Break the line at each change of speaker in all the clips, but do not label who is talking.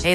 Hey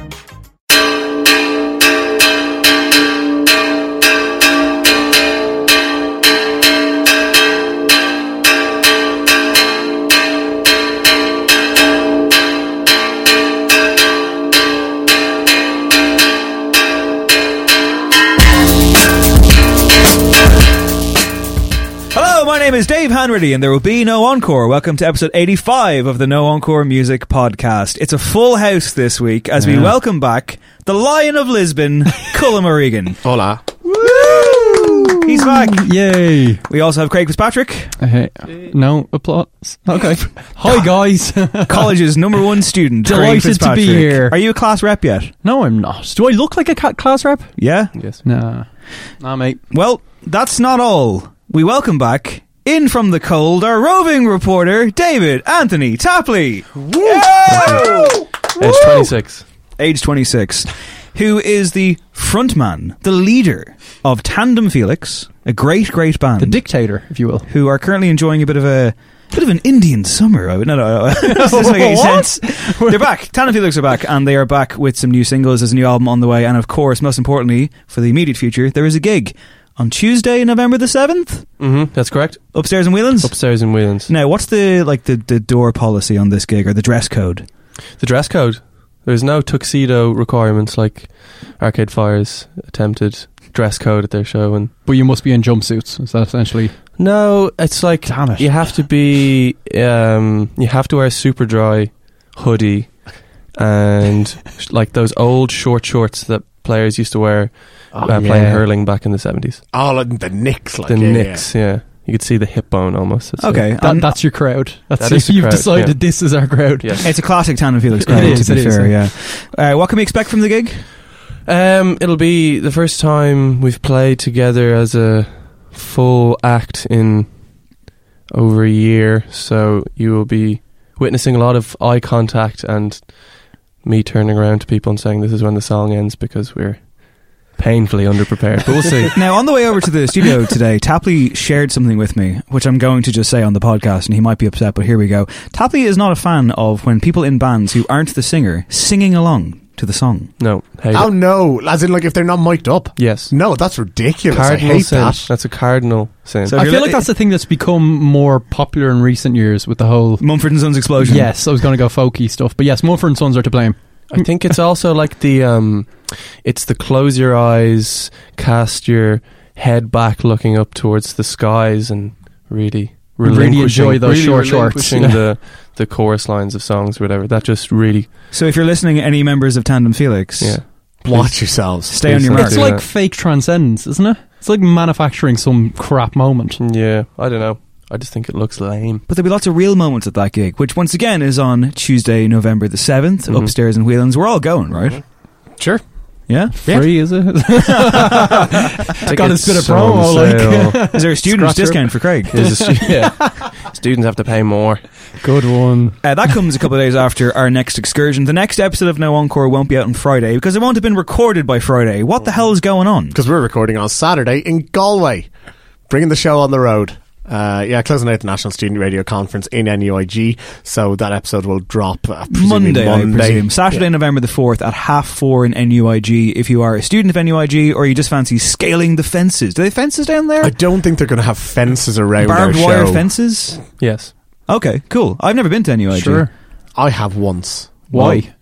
Hello, my name is Dave Hanrady, and there will be no encore. Welcome to episode 85 of the No Encore Music Podcast. It's a full house this week as we welcome back the Lion of Lisbon, Cullum O'Regan.
Hola.
He's back.
Yay.
We also have Craig Fitzpatrick,
Okay. No applause. Okay. Hi, guys.
college's number one student. Craig
Delighted to be
Fitzpatrick.
here.
Are you a class rep yet?
no, I'm not. Do I look like a cat class rep?
Yeah?
Yes. Nah. Nah, mate.
Well, that's not all. We welcome back, in from the cold, our roving reporter, David Anthony Tapley. Woo!
It's 26.
age 26, who is the frontman, the leader of Tandem Felix, a great, great band.
The dictator, if you will.
who are currently enjoying a bit of a bit of an Indian summer. I would, no, no, no. this doesn't make any
What?
sense. They're back. Tandem Felix are back, and they are back with some new singles. There's a new album on the way, and of course, most importantly, for the immediate future, there is a gig on Tuesday, November the seventh,
Mm-hmm. That's correct.
upstairs in Whelan's.
Upstairs in Whelan's.
now, what's the like the, the door policy on this gig or the dress code?
The dress code. There's no tuxedo requirements like Arcade Fire's attempted dress code at their show. and
But you must be in jumpsuits. Is that essentially?
No, it's like
Damn it.
you have to be... Um, you have to wear a super dry hoodie and like those old short shorts that players used to wear
Oh,
uh, playing hurling back in the 70s.
All in the Knicks, like
The
yeah,
Knicks, yeah. You could see the hip bone almost. It's
Okay,
like-
That,
and-
that's your crowd. That's
That is the
you've
crowd,
decided
yeah.
this is our crowd.
yes.
It's a classic Tan and Felix
Yeah,
cover,
it is,
to be
it is,
fair, yeah. Uh, what can we expect from the gig?
Um, it'll be the first time we've played together as a full act in over a year, so you will be witnessing a lot of eye contact and me turning around to people and saying this is when the song ends because we're painfully underprepared. But we'll see.
now, on the way over to the studio today, Tapley shared something with me, which I'm going to just say on the podcast, and he might be upset, but here we go. Tapley is not a fan of when people in bands who aren't the singer singing along to the song.
No. Hate
Oh
it.
no! As in, like if they're not mic'd up.
Yes.
No, that's ridiculous. I
Cardinal
hate
sin.
that.
That's a cardinal sin.
So-
I
if you're
feel
li-
like that's the thing that's become more popular in recent years with the whole.
Mumford and Sons Explosion.
Yes, I was going to go folky stuff, but yes, Mumford and Sons are to blame.
I think it's also like the um, it's the close your eyes, cast your head back, looking up towards the skies, and really
Really
relinquishing-
enjoy those
really
short shorts.
relinquishing the the chorus lines of songs, or whatever. That just really
So if you're listening, any members of Tandem Felix,
yeah.
Watch yourselves.
stay on your mark.
It's
Yeah.
like fake transcendence, isn't it? It's like manufacturing some crap moment.
Yeah, I don't know. I just think it looks lame.
But there'll be lots of real moments at that gig, which once again is on Tuesday, November the 7th,
Mm-hmm.
Mhm.
upstairs in Whelan's. We're all going, right?
Sure.
Yeah?
Yeah.
Free is it? Got
Tickets
a bit of
on
promo. Like
sale.
Is there a student's
Scratch your-
discount for Craig?
There's a stu- yeah. Students have to pay more.
good one.
Uh, that comes a couple of days after our next excursion. The next episode of No Encore won't be out on Friday because it won't have been recorded by Friday. What the hell is going on?
Because we're recording on Saturday in Galway, bringing the show on the road. Uh, yeah, closing out the National Student Radio Conference in NUIG. So that episode will drop uh, presumably
Monday,
Monday.
I presume. Saturday, November the 4th at half four in NUIG. If you are a student of NUIG or you just fancy scaling the fences. Do they have fences down there?
I don't think they're going to have fences around
Barbed
our
wire
show.
fences?
Yes.
Okay, cool. I've never been to NUIG.
Sure.
I have once.
Why?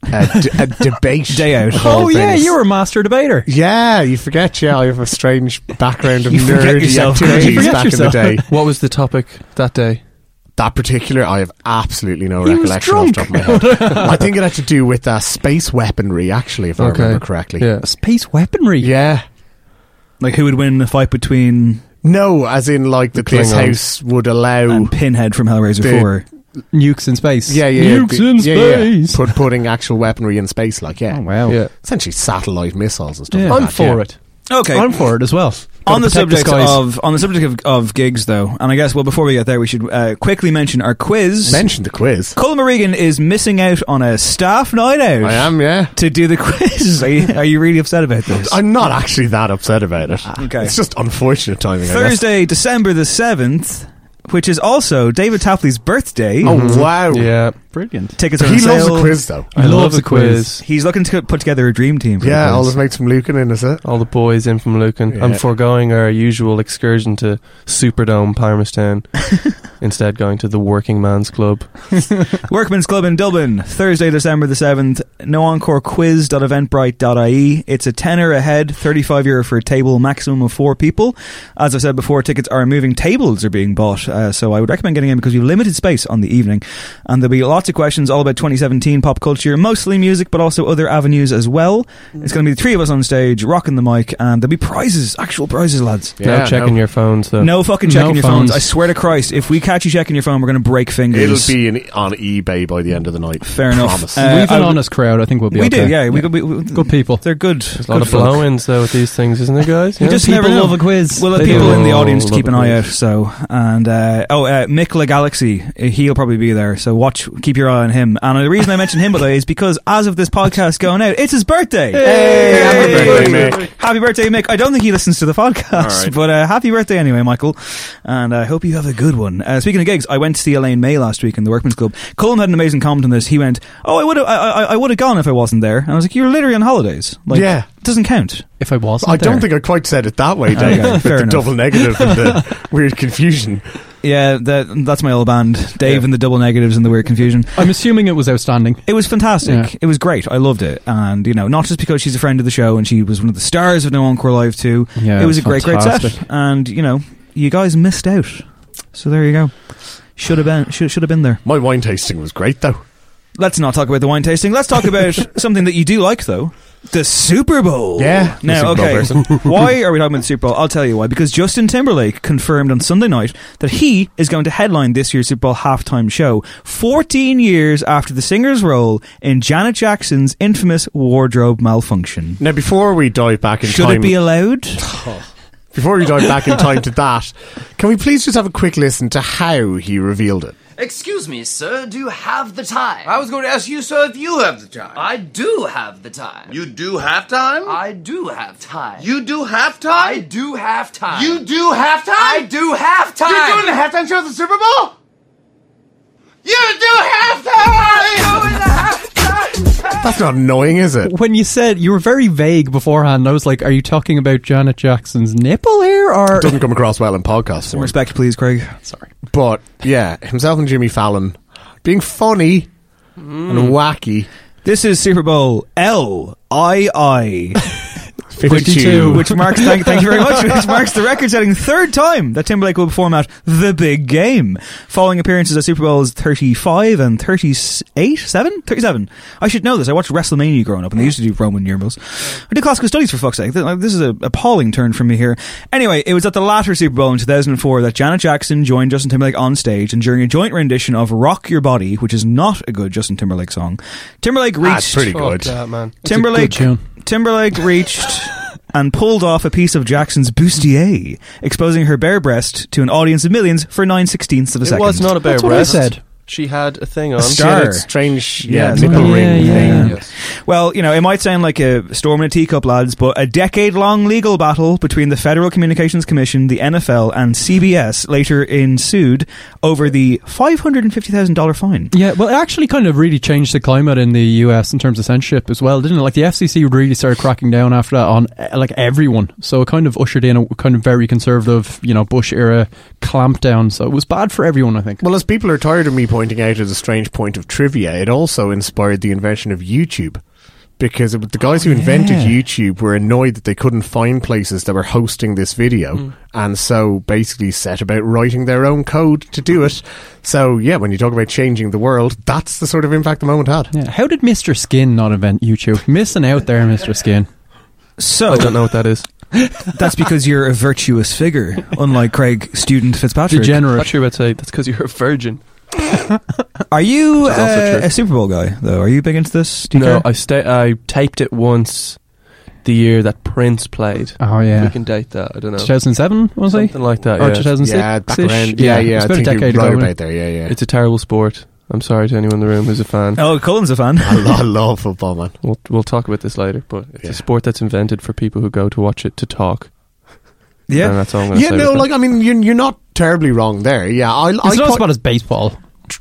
A, d- a debate.
Day out.
Oh,
of all things.
a master debater.
Yeah, you forget. Yeah, I have a strange background of
You forget
nerdy
yourself,
activities
Craig. You
forget
back
yourself.
in the day.
What was the topic that day?
That particular, I have absolutely no
He was
recollection off the top of my head. I think it had to do with uh, space weaponry, actually, if I
Okay.
remember correctly.
Yeah.
Space weaponry.
Yeah.
Like who would win a fight between
No, as in like that this
Klingons.
house would allow.
and um, Pinhead from Hellraiser
The-
Four?
Nukes in space.
Oh. yeah, yeah, yeah,
Nukes in
yeah, yeah, yeah.
space.
Put, putting actual weaponry in space, like yeah,
Oh, wow.
Yeah.
essentially satellite missiles and stuff.
Yeah.
like
I'm
that,
for
yeah.
it.
Okay.
I'm for it as well.
on
Gotta
the
protect
subject
skies.
of on the subject of, of gigs though, and I guess well before we get there, we should uh, quickly mention our quiz.
Mention the quiz.
Colin Regan is missing out on a staff night out
I am, yeah.
to do the quiz. are, you, are you really upset about this?
I'm not actually that upset about it.
Ah. okay.
It's just unfortunate timing. I guess.
Thursday, December the seventh, which is also David Tapley's birthday.
Oh wow!
Uh,
Yeah.
Brilliant.
Tickets are on
He
sale.
loves a quiz though.
I love the
the
quiz.
He's looking to put together a dream team. For the
Yeah,
quiz.
all his mates from Lucan in, is it? Oh.
All the boys in from Lucan. I'm
Yeah.
foregoing our usual excursion to Superdome, Palmerstown. instead, going to the Working Man's Club.
Workman's Club in Dublin, Thursday, December the 7th. No encore quiz.eventbrite.ie. E. It's a tenner a head, 35 euro for a table, maximum of four people. As I've said before, tickets are moving, tables are being bought. Uh, so I would recommend getting in because we have limited space on the evening. And there'll be lots of questions all about 2017 pop culture, mostly music, but also other avenues as well. It's going to be the three of us on stage, rocking the mic, and there'll be prizes, actual prizes, lads.
Yeah,
no checking
no.
your phones, though.
No fucking checking
No
your phones.
phones.
I swear to Christ, if we catch you checking your phone, we're going to break fingers.
It'll be in, on eBay by the end of the night.
Fair enough.
Promise.
Uh,
We've
I
an
would-
honest crowd. I think we'll be
we
okay.
do, yeah. We, we, we,
Good people.
They're good.
There's a lot of blow ins, though, with these things, isn't there, guys?
We
Yeah?
just never know.
quiz.
We'll have
They do.
people in the audience to
Love
keep an
it.
eye out. So and uh, oh, uh, Mick La Galaxy, uh, he'll probably be there. So watch, keep your eye on him. And the reason I mention him by the way is because as of this podcast going out, it's his birthday.
Hey, happy birthday, Mick.
Happy birthday, Mick! I don't think he listens to the podcast,
Alright.
but uh, happy birthday anyway, Michael. And I hope you have a good one. Uh, speaking of gigs, I went to see Elaine May last week in the Workman's Club. Colin had an amazing comment on this. He went, "Oh, I would have, I, I, I would have gone if I wasn't there." And I was like, "You're literally on holidays. Like,
Yeah.
it doesn't count."
If I wasn't,
I don't
there.
think I quite said it that way, Dave.
Okay,
with
fair
the
enough.
double negative and the weird confusion.
Yeah, that that's my old band, Dave and the Double Negatives and the Weird Confusion.
I'm assuming it was outstanding.
It was fantastic.
Yeah.
It was great. I loved it, and you know, not just because she's a friend of the show and she was one of the stars of No Encore Live too.
Yeah,
it was a great, great
fantastic.
set, and you know, you guys missed out. So there you go. Should have been should, should have been there.
My wine tasting was great, though.
Let's not talk about the wine tasting. Let's talk about something that you do like though. The Super Bowl.
Yeah.
Now,
The
okay.
Super Bowl
why are we talking about the Super Bowl? I'll tell you why. Because Justin Timberlake confirmed on Sunday night that he is going to headline this year's Super Bowl halftime show, 14 years after the singer's role in Janet Jackson's infamous wardrobe malfunction.
Now, before we dive back in
Should
time,
it be allowed?
before we dive back in time to that, can we please just have a quick listen to how he revealed it?
Excuse me, sir, do you have the time? I was going to ask you, sir, if you have the time. I do have the time. You do have time? I do have time. You do have time? I do have time. You do have time? I do have time. You're doing the halftime show at the Super Bowl? You do have time! doing the halftime
That's not annoying, is it?
When you said you were very vague beforehand, I was like, "Are you talking about Janet Jackson's nipple here?" Or
Doesn't come across well in podcasts,
Some respect, please, Craig.
sorry,
but yeah, himself and Jimmy Fallon being funny and wacky.
This is Super Bowl L I I.
52.
Which marks, thank, thank you very much, which marks the record setting third time that Timberlake will perform at the big game. Following appearances at Super Bowls 35 and 38, 7? 37. I should know this. I watched WrestleMania growing up and they used to do Roman numerals. I did classical studies for fuck's sake. Th- like, This is an appalling turn for me here. Anyway, it was at the latter Super Bowl in 2004 that Janet Jackson joined Justin Timberlake on stage and during a joint rendition of Rock Your Body, which is not a good Justin Timberlake song, Timberlake reached.
That's pretty good. Fuck that, man. It's a good
Timberlake.
tune.
Timberlake reached and pulled off a piece of Jackson's bustier, exposing her bare breast to an audience of millions for nine sixteenths of a
it
second.
was not a bare breast. She had a thing on.
She had a
strange,
yeah, nipple ring thing. Well, you know, it might sound like a storm in a teacup, lads, but a decade long legal battle between the Federal Communications Commission, the NFL, and CBS later ensued over the $550,000 fine.
Yeah, well, it actually kind of really changed the climate in the US in terms of censorship as well, didn't it? Like the FCC really started cracking down after that on eh, like everyone, so it kind of ushered in a kind of very conservative, you know, Bush era clampdown. So it was bad for everyone, I think.
Well, as people are tired of me pointing out as a strange point of trivia, it also inspired the invention of YouTube. Because it, was- the guys who invented
Oh, yeah.
YouTube were annoyed that they couldn't find places that were hosting this video, and so basically set about writing their own code to do it. So, yeah, when you talk about changing the world, that's the sort of impact the moment had.
Yeah. How did Mr. Skin not invent YouTube? Missing out there, Mr. Skin.
So
I don't know what that is.
That's because you're a virtuous figure, unlike Craig Student Fitzpatrick.
Not sure about to say that's because you're a virgin.
Are you
Which is also
uh,
true.
a Super Bowl guy, though? Are you big into this? Do you
no,
care?
I sta- I taped it once. The year that Prince played.
Oh, yeah.
we can date that. I don't know.
2007 was he? Oh,
Something like that.
Or
yeah.
2006?
Yeah, back around- yeah, yeah,
It's
I
about a
think you're
decade
right
ago.
about
wasn't it?
there, yeah, yeah.
It's a terrible sport. I'm sorry to anyone in the room who's a fan.
Oh, Cullen's a fan.
I, lo- I love football, man.
We'll, we'll talk about this later, but it's
Yeah.
a sport that's invented for people who go to watch it to talk.
Yeah.
and that's all I'm going to
Yeah,
say.
no,
about that.
like, I mean, you're, you're not terribly wrong there. Yeah, I, I
It's not as
quite-
bad as baseball.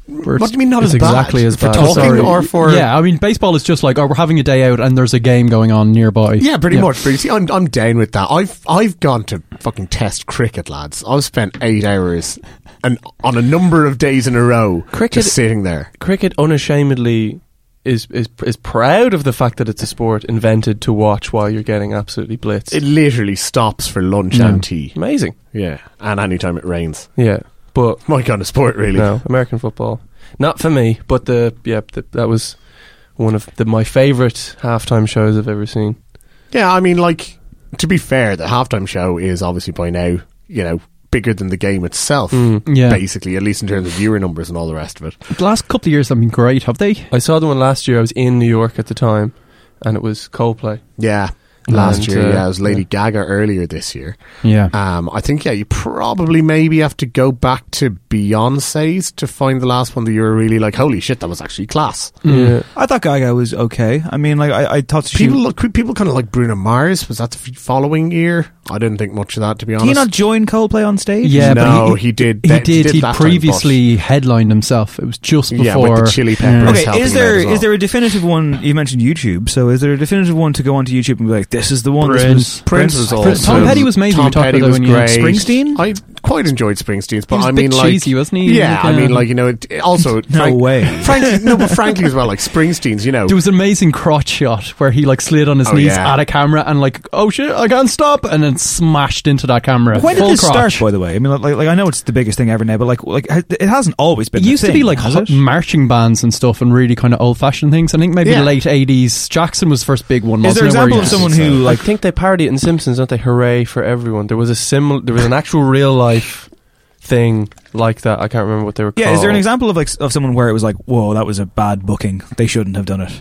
Where
What do you mean not
it's
as bad?
exactly as
For
bad?
talking
Sorry.
or for-
yeah, I mean baseball is just like oh, we're having a day out and there's a game going on nearby.
Yeah, pretty much. Pretty. See, I'm, I'm down with that. I've I've gone to fucking test cricket, lads. I've spent eight hours and on a number of days in a row
Cricket-
just sitting there.
cricket unashamedly is, is is proud of the fact that it's a sport invented to watch while you're getting absolutely blitzed.
It literally stops for lunch
No.
and tea.
Amazing.
Yeah, and anytime it rains.
Yeah, but
My kind of sport, really.
no American football, not for me. But the yeah, the, that was one of the, my favorite halftime shows I've ever seen.
Yeah, I mean, like to be fair, the halftime show is obviously by now, you know, bigger than the game itself.
Mm, Yeah.
Basically, at least in terms of viewer numbers and all the rest of it.
The last couple of years have been great, have they?
I saw the one last year. I was in New York at the time, and it was Coldplay.
Yeah. Last
And,
year,
uh,
yeah, it was Lady
yeah.
Gaga earlier this year.
Yeah.
Um, I think yeah, you probably maybe have to go back to Beyonce's to find the last one that you were really like, holy shit, that was actually class.
Yeah.
I thought Gaga was okay. I mean, like, I, I thought she.
Mm. People look, people kind of like Bruno Mars. Was that the f- following year? I didn't think much of that to be
did
honest.
he not join Coldplay on stage?
Yeah,
no,
but
he, did.
He
that-
did. He
that time,
previously headlined himself. It was just
but- yeah,
before.
with the Chili Peppers.
Okay,
helping
is
him out
there
as
is
well.
there a definitive one? You mentioned YouTube, so is there a definitive one to go onto YouTube and be like, "This is the one"? This was,
Prince was
Tom
awesome.
Petty was amazing. We
Tom
talked about
Petty
that
was
when you-
great.
Springsteen?
I quite enjoyed Springsteen's, but
was
I
a
mean,
bit
like
cheesy, wasn't he?
Yeah,
Like,
I mean,
uh,
like you know, it, also
No way.
Frankly, no, but frankly as well, like Springsteen's, you know,
There was an amazing crotch shot where he like slid on his
Oh,
knees
yeah.
at a camera and like, oh shit, I can't stop, and then smashed into that camera.
When did
Full
this
crotch.
start? By the way, I mean, like, like I know it's the biggest thing ever now, but like, like ha- it hasn't always been.
It
a
used to be
thing,
like
has
hot
it?
marching bands and stuff, and really kind of old-fashioned things. I think maybe
Yeah.
late '80s. Jackson was the first big one.
Is there
wasn't it,
example
where he
of
just-
someone who
I
like?
think they parody it in Simpsons, don't they? Hooray for everyone! There was a similar, there was an actual real life thing like that. I can't remember what they were.
Yeah,
called.
is
Oh.
there an example of like s- of someone where it was like, "Whoa, that was a bad booking. They shouldn't have done it."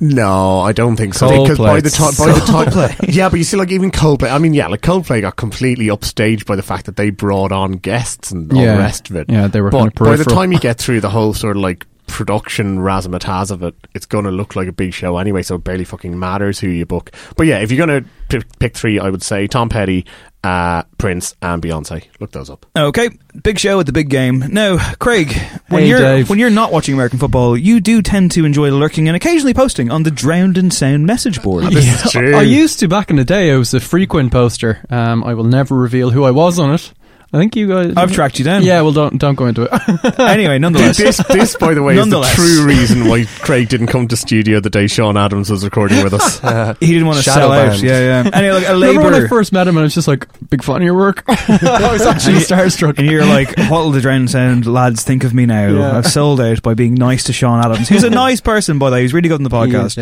No, I don't think so.
Coldplay.
Because by the time, by the time,
Coldplay.
yeah, but you see, like even Coldplay. I mean, yeah, like Coldplay got completely upstaged by the fact that they brought on guests and all
Yeah.
the rest of it.
Yeah, they were
But
kind of
by the
peripheral.
time you get through the whole sort of like production razzmatazz of it, it's going to look like a big show anyway. So it barely fucking matters who you book. But yeah, if you're going to pick, pick three, I would say Tom Petty, uh, Prince, and Beyonce. Look those up.
Okay, big show at the big game. Now, Craig, when
Hey,
you're
Dave.
when you're not watching American football, you do tend to enjoy lurking and occasionally posting on the Drowned in Sound message board.
This is
I-
true.
I used to back in the day. I was a frequent poster. Um, I will never reveal who I was on it. I think you guys.
I've tracked you down.
Yeah, well, don't don't go into it.
anyway, nonetheless,
this, this, by the way, is the
Nonetheless.
true reason why Craig didn't come to studio the day Sean Adams was recording with us.
he didn't want to sell out. Yeah, yeah. Anyway, like a
Remember when I
labor.
first met him and I was just like, big fan of your work. I was actually starstruck.
And you're like, what'll the drown sound lads think of me now?
Yeah.
I've sold out by being nice to Sean Adams, who's a nice person, by the way. He's really good on the podcast.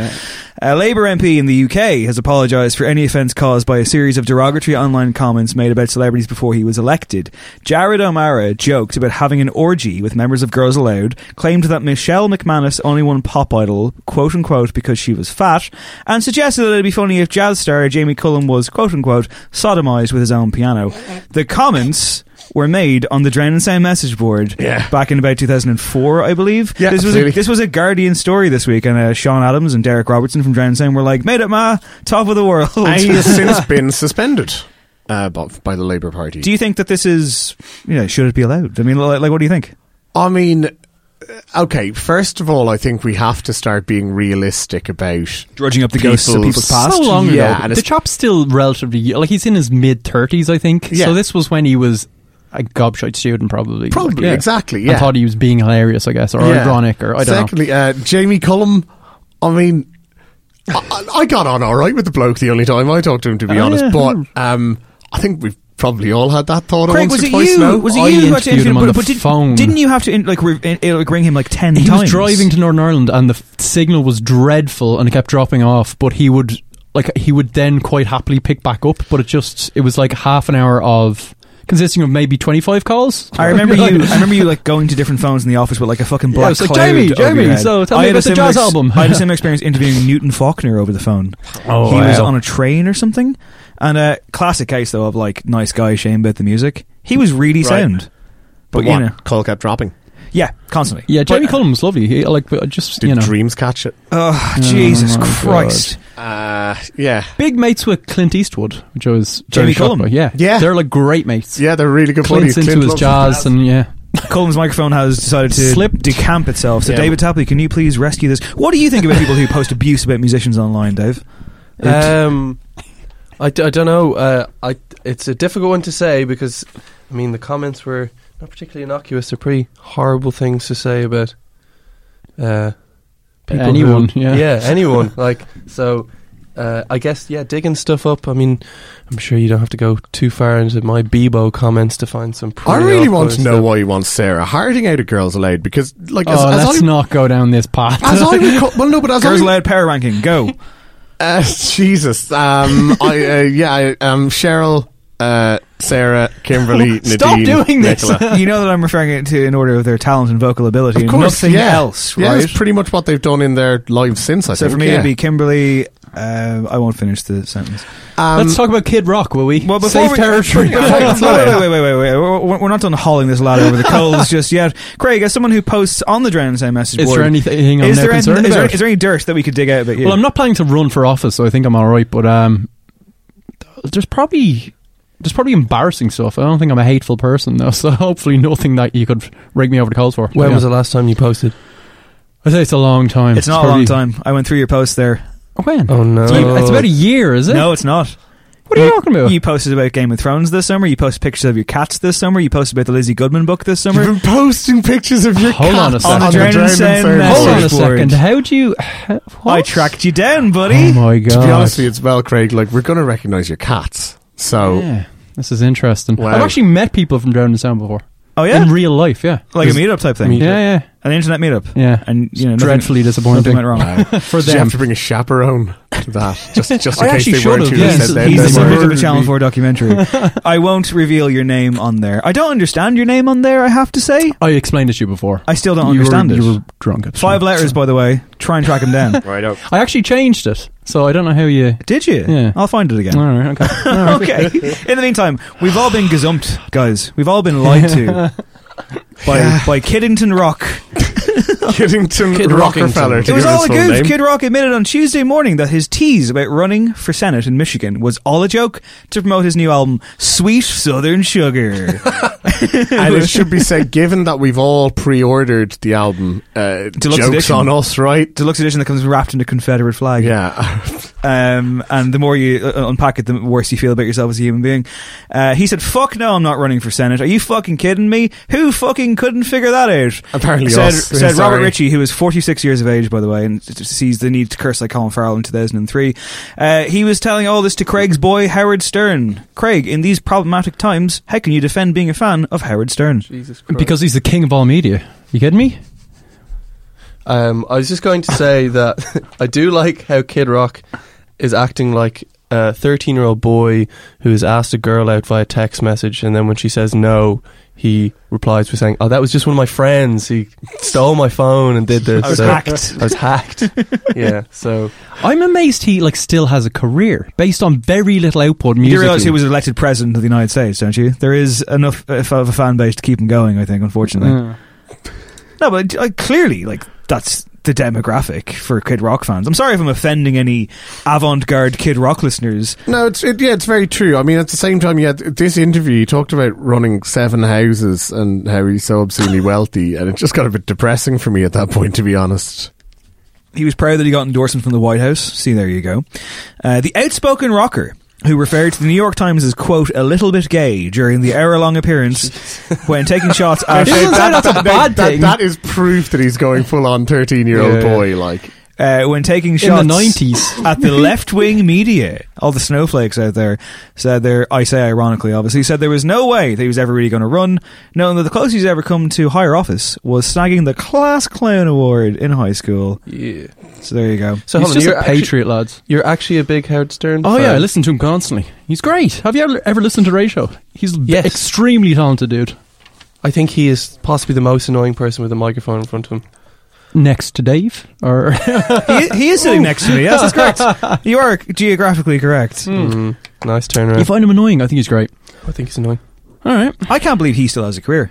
A Labour MP in the UK has apologised for any offence caused by a series of derogatory online comments made about celebrities before he was elected. Jared O'Mara joked about having an orgy with members of Girls Aloud, claimed that Michelle McManus only won Pop Idol, quote unquote, because she was fat, and suggested that it'd be funny if jazz star Jamie Cullum was, quote unquote, sodomised with his own piano. The comments were made on the Drown and Sound message board
Yeah.
back in about 2004, I believe.
Yeah,
this was a,
absolutely.
this was a Guardian story this week, and uh, Sean Adams and Derek Robertson from Drown and Sound were like, "Made it, ma, top of the world."
And he has since been suspended uh, by, by the Labour Party.
do you think that this is, you know, should it be allowed? I mean, like, like what do you think?
I mean, uh, okay, first of all, I think we have to start being realistic about
Drudging up the ghosts of people's past.
So long ago.
Yeah, and
the
it's-
chop's still relatively y- like he's in his mid thirties, I think.
Yeah.
So this was when he was a gobshite student, probably.
Probably, exactly,
I
yeah.
thought he was being hilarious, I guess, or
Yeah.
ironic, or I don't know.
Secondly, uh, Jamie Cullum, I mean, I, I got on all right with the bloke the only time I talked to him, to be
Oh,
honest,
yeah.
but um, I think we've probably all had that thought
Craig,
once
was
or
it
twice
you?
now.
Was it
I
you who had to
interviewed
interview
him on
But,
the
but did,
phone.
didn't you have to in, like, re- in, uh, like ring him like ten
He
times?
was driving to Northern Ireland, and the f- signal was dreadful, and it kept dropping off. But he would like he would then quite happily pick back up. But it just it was like half an hour of consisting of maybe twenty five calls.
I remember you. I remember you like going to different phones in the office with like a fucking
I
black
was like,
cloud
"Jamie,
over your
Jamie,
head."
so tell me
I had
about
a
the
similar
jazz album.
I had a similar experience interviewing Newton Faulkner over the phone.
Oh,
he was
wow.
on a train or something. And a classic case though of like nice guy shame about the music. He was really
Right.
sound,
But
but
what?
you know,
Call kept dropping.
yeah, constantly.
yeah, Jamie
But-
Cullum was lovely. He, like but just
Did
you know,
dreams catch it?
Oh, Jesus
my
Christ!
Uh, yeah.
big mates with Clint Eastwood, which I was very
Jamie
shocked
Cullum.
by. Yeah,
Yeah.
they're like great mates.
Yeah, they're really good
Clint's
buddies.
into
Clint
his
loves
jazz, and yeah,
Cullum's microphone has decided to
Slipped.
decamp itself. So
Yeah.
David Tapley, can you please rescue this? What do you think about people who post abuse about musicians online, Dave? It-
Um, I, d- I don't know. Uh, I it's a difficult one to say because I mean the comments were not particularly innocuous. They're pretty horrible things to say about uh, people. who-
Anyone, yeah.
yeah, anyone. like so, uh, I guess yeah, digging stuff up. I mean, I'm sure you don't have to go too far into my Bebo comments to find some.
I
pretty
really want
off-putting
to know
stuff.
why he wants Sarah harding out of girls aloud because, like, as,
oh,
as
let's
I
not go down this path.
as I recall, well, no, but as
Girls
I
Loud Power Ranking, go.
Uh, Jesus. Um, I, uh, yeah, I, um, Cheryl, uh, Sarah, Kimberly, Nadine.
Stop doing this.
Nicola.
you know that I'm referring it to in order of their talent and vocal ability,
Of
and
course,
nothing
yeah.
else,
Yeah,
right?
it's pretty much what they've done in their lives since, I
so
think.
for me,
yeah.
it'd be Kimberly. Uh, I won't finish the sentence.
Um,
Let's talk about Kid Rock, will we?
Well, before
Safe
we-
territory.
wait, wait, wait, wait, wait, wait, wait. We're, we're not done hauling this lad over the coals just yet. Craig, as someone who posts on the Drown Sound message
Is
board,
there anything on
is
there
there, anything-
concerned
is, there,
about?
is there any dirt that we could dig out about you?
Well, I'm not planning to run for office, so I think I'm all right. But um, there's probably there's probably embarrassing stuff. I don't think I'm a hateful person though, so hopefully nothing that you could rig me over the coals for.
When
Yeah.
was the last time you posted?
I say it's a long time.
It's not a long time. I went through your post there.
probably- When?
Oh no!
It's about- It's about a year, is it?
No, it's not.
What are you talking about?
You posted about Game of Thrones this summer. You posted pictures of your cats this summer. You posted about the Lizzie Goodman book this
You've
summer.
been posting pictures of your
Hold
cat
on a second.
on the
On the
Drowned
Drowned
Sound
Sound
message.
Hold on a
message board.
second. How do you? What?
I tracked you down, buddy.
Oh my god!
To be honest with you, it's well, Craig, like, we're going to recognise your cats. So,
yeah, this is interesting.
Wow.
I've actually met people from Drowned in Sound before
Oh yeah,
in real life. Yeah,
like a meetup type thing,
yeah, yeah,
an internet meetup.
yeah.
and you know, nothing-
dreadfully
nothing
disappointing
went wrong.
for
did you
them.
have to bring a chaperone to that? Just, just in
I
case
actually
they weren't
should've,
who
yeah.
said
He's-
that.
he's
they
He's the
were.
maker of a Channel 4 documentary. I won't reveal your name on there. I don't understand your name on there, I have to say.
I explained it to you before.
I still don't
You were-
understand it.
You were drunk. At the
Five
time.
letters, by the way. Try and track him down.
Right up.
I actually changed it, so I don't know how you.
Did you?
Yeah.
I'll find it again.
All right, okay.
okay. In the meantime, we've all been gazumped, guys. We've all been lied to by by Kiddington Rock
Kiddington
Kid
Rockefeller.
It
to
was
give
all a
his full
goof.
name.
Kid Rock admitted on Tuesday morning that his tease about running for Senate in Michigan was all a joke to promote his new album, Sweet Southern Sugar.
and it should be said, given that we've all pre-ordered the album, uh,
Deluxe
jokes
edition.
on us, right?
Deluxe edition that comes wrapped in a Confederate flag.
Yeah.
um, and the more you uh, unpack it, the worse you feel about yourself as a human being. Uh, he said, "Fuck no, I'm not running for Senate. Are you fucking kidding me? Who fucking couldn't figure that out?"
Apparently
said,
us. Yeah,
said Robert
sorry.
Ritchie, who is 46 years of age, by the way, and s- sees the need to curse like Colin Farrell in 2003. Uh, he was telling all this to Craig's boy Howard Stern. Craig, in these problematic times, how can you defend being a fan of Howard Stern? Jesus
Because he's the king of all media. You kidding me?
Um, I was just going to say that I do like how Kid Rock is acting like a 13 year old boy who has asked a girl out via text message, and then when she says no, he replies with saying, Oh, that was just one of my friends. He stole my phone and did this.
I was
So-
hacked.
I was hacked. yeah, so.
I'm amazed he like still has a career based on very little output
You do
music.
realize he was elected president of the United States, don't you? There is enough uh, of a fan base to keep him going. I think, unfortunately. No, but like, clearly, like that's the demographic for Kid Rock fans. I'm sorry if I'm offending any avant-garde Kid Rock listeners.
No, it's it, yeah, it's very true. I mean, at the same time, yeah, th- this interview he talked about running seven houses and how he's so obscenely wealthy, and it just got a bit depressing for me at that point, to be honest.
He was proud that he got endorsement from the White House. See, there you go. Uh, the outspoken rocker. Who referred to the New York Times as "quote a little bit gay" during the hour-long appearance when taking shots at?
that- that- that is proof that he's going full on thirteen year old
Yeah.
boy. Like,
uh, when taking
the
shots
90s.
at the left-wing media. All the snowflakes out there said there. I say ironically, obviously, said there was no way that he was ever really going to run. Knowing that the closest he's ever come to higher office was snagging the class clown award in high school.
Yeah.
So there you go.
So hold on, you're actually- You're actually a big Howard Stern.
Oh yeah, I
fan.
listen to him constantly. He's great. Have you ever, ever listened to Ray Show? He's extremely talented dude.
I think he is possibly the most annoying person with a microphone in front of him.
Next to Dave, or
he, he is sitting next to me. Yes, that's correct. You are geographically correct.
Mm, nice turnaround.
you find him annoying. I think he's great.
I think he's annoying.
All right.
I can't believe he still has a career.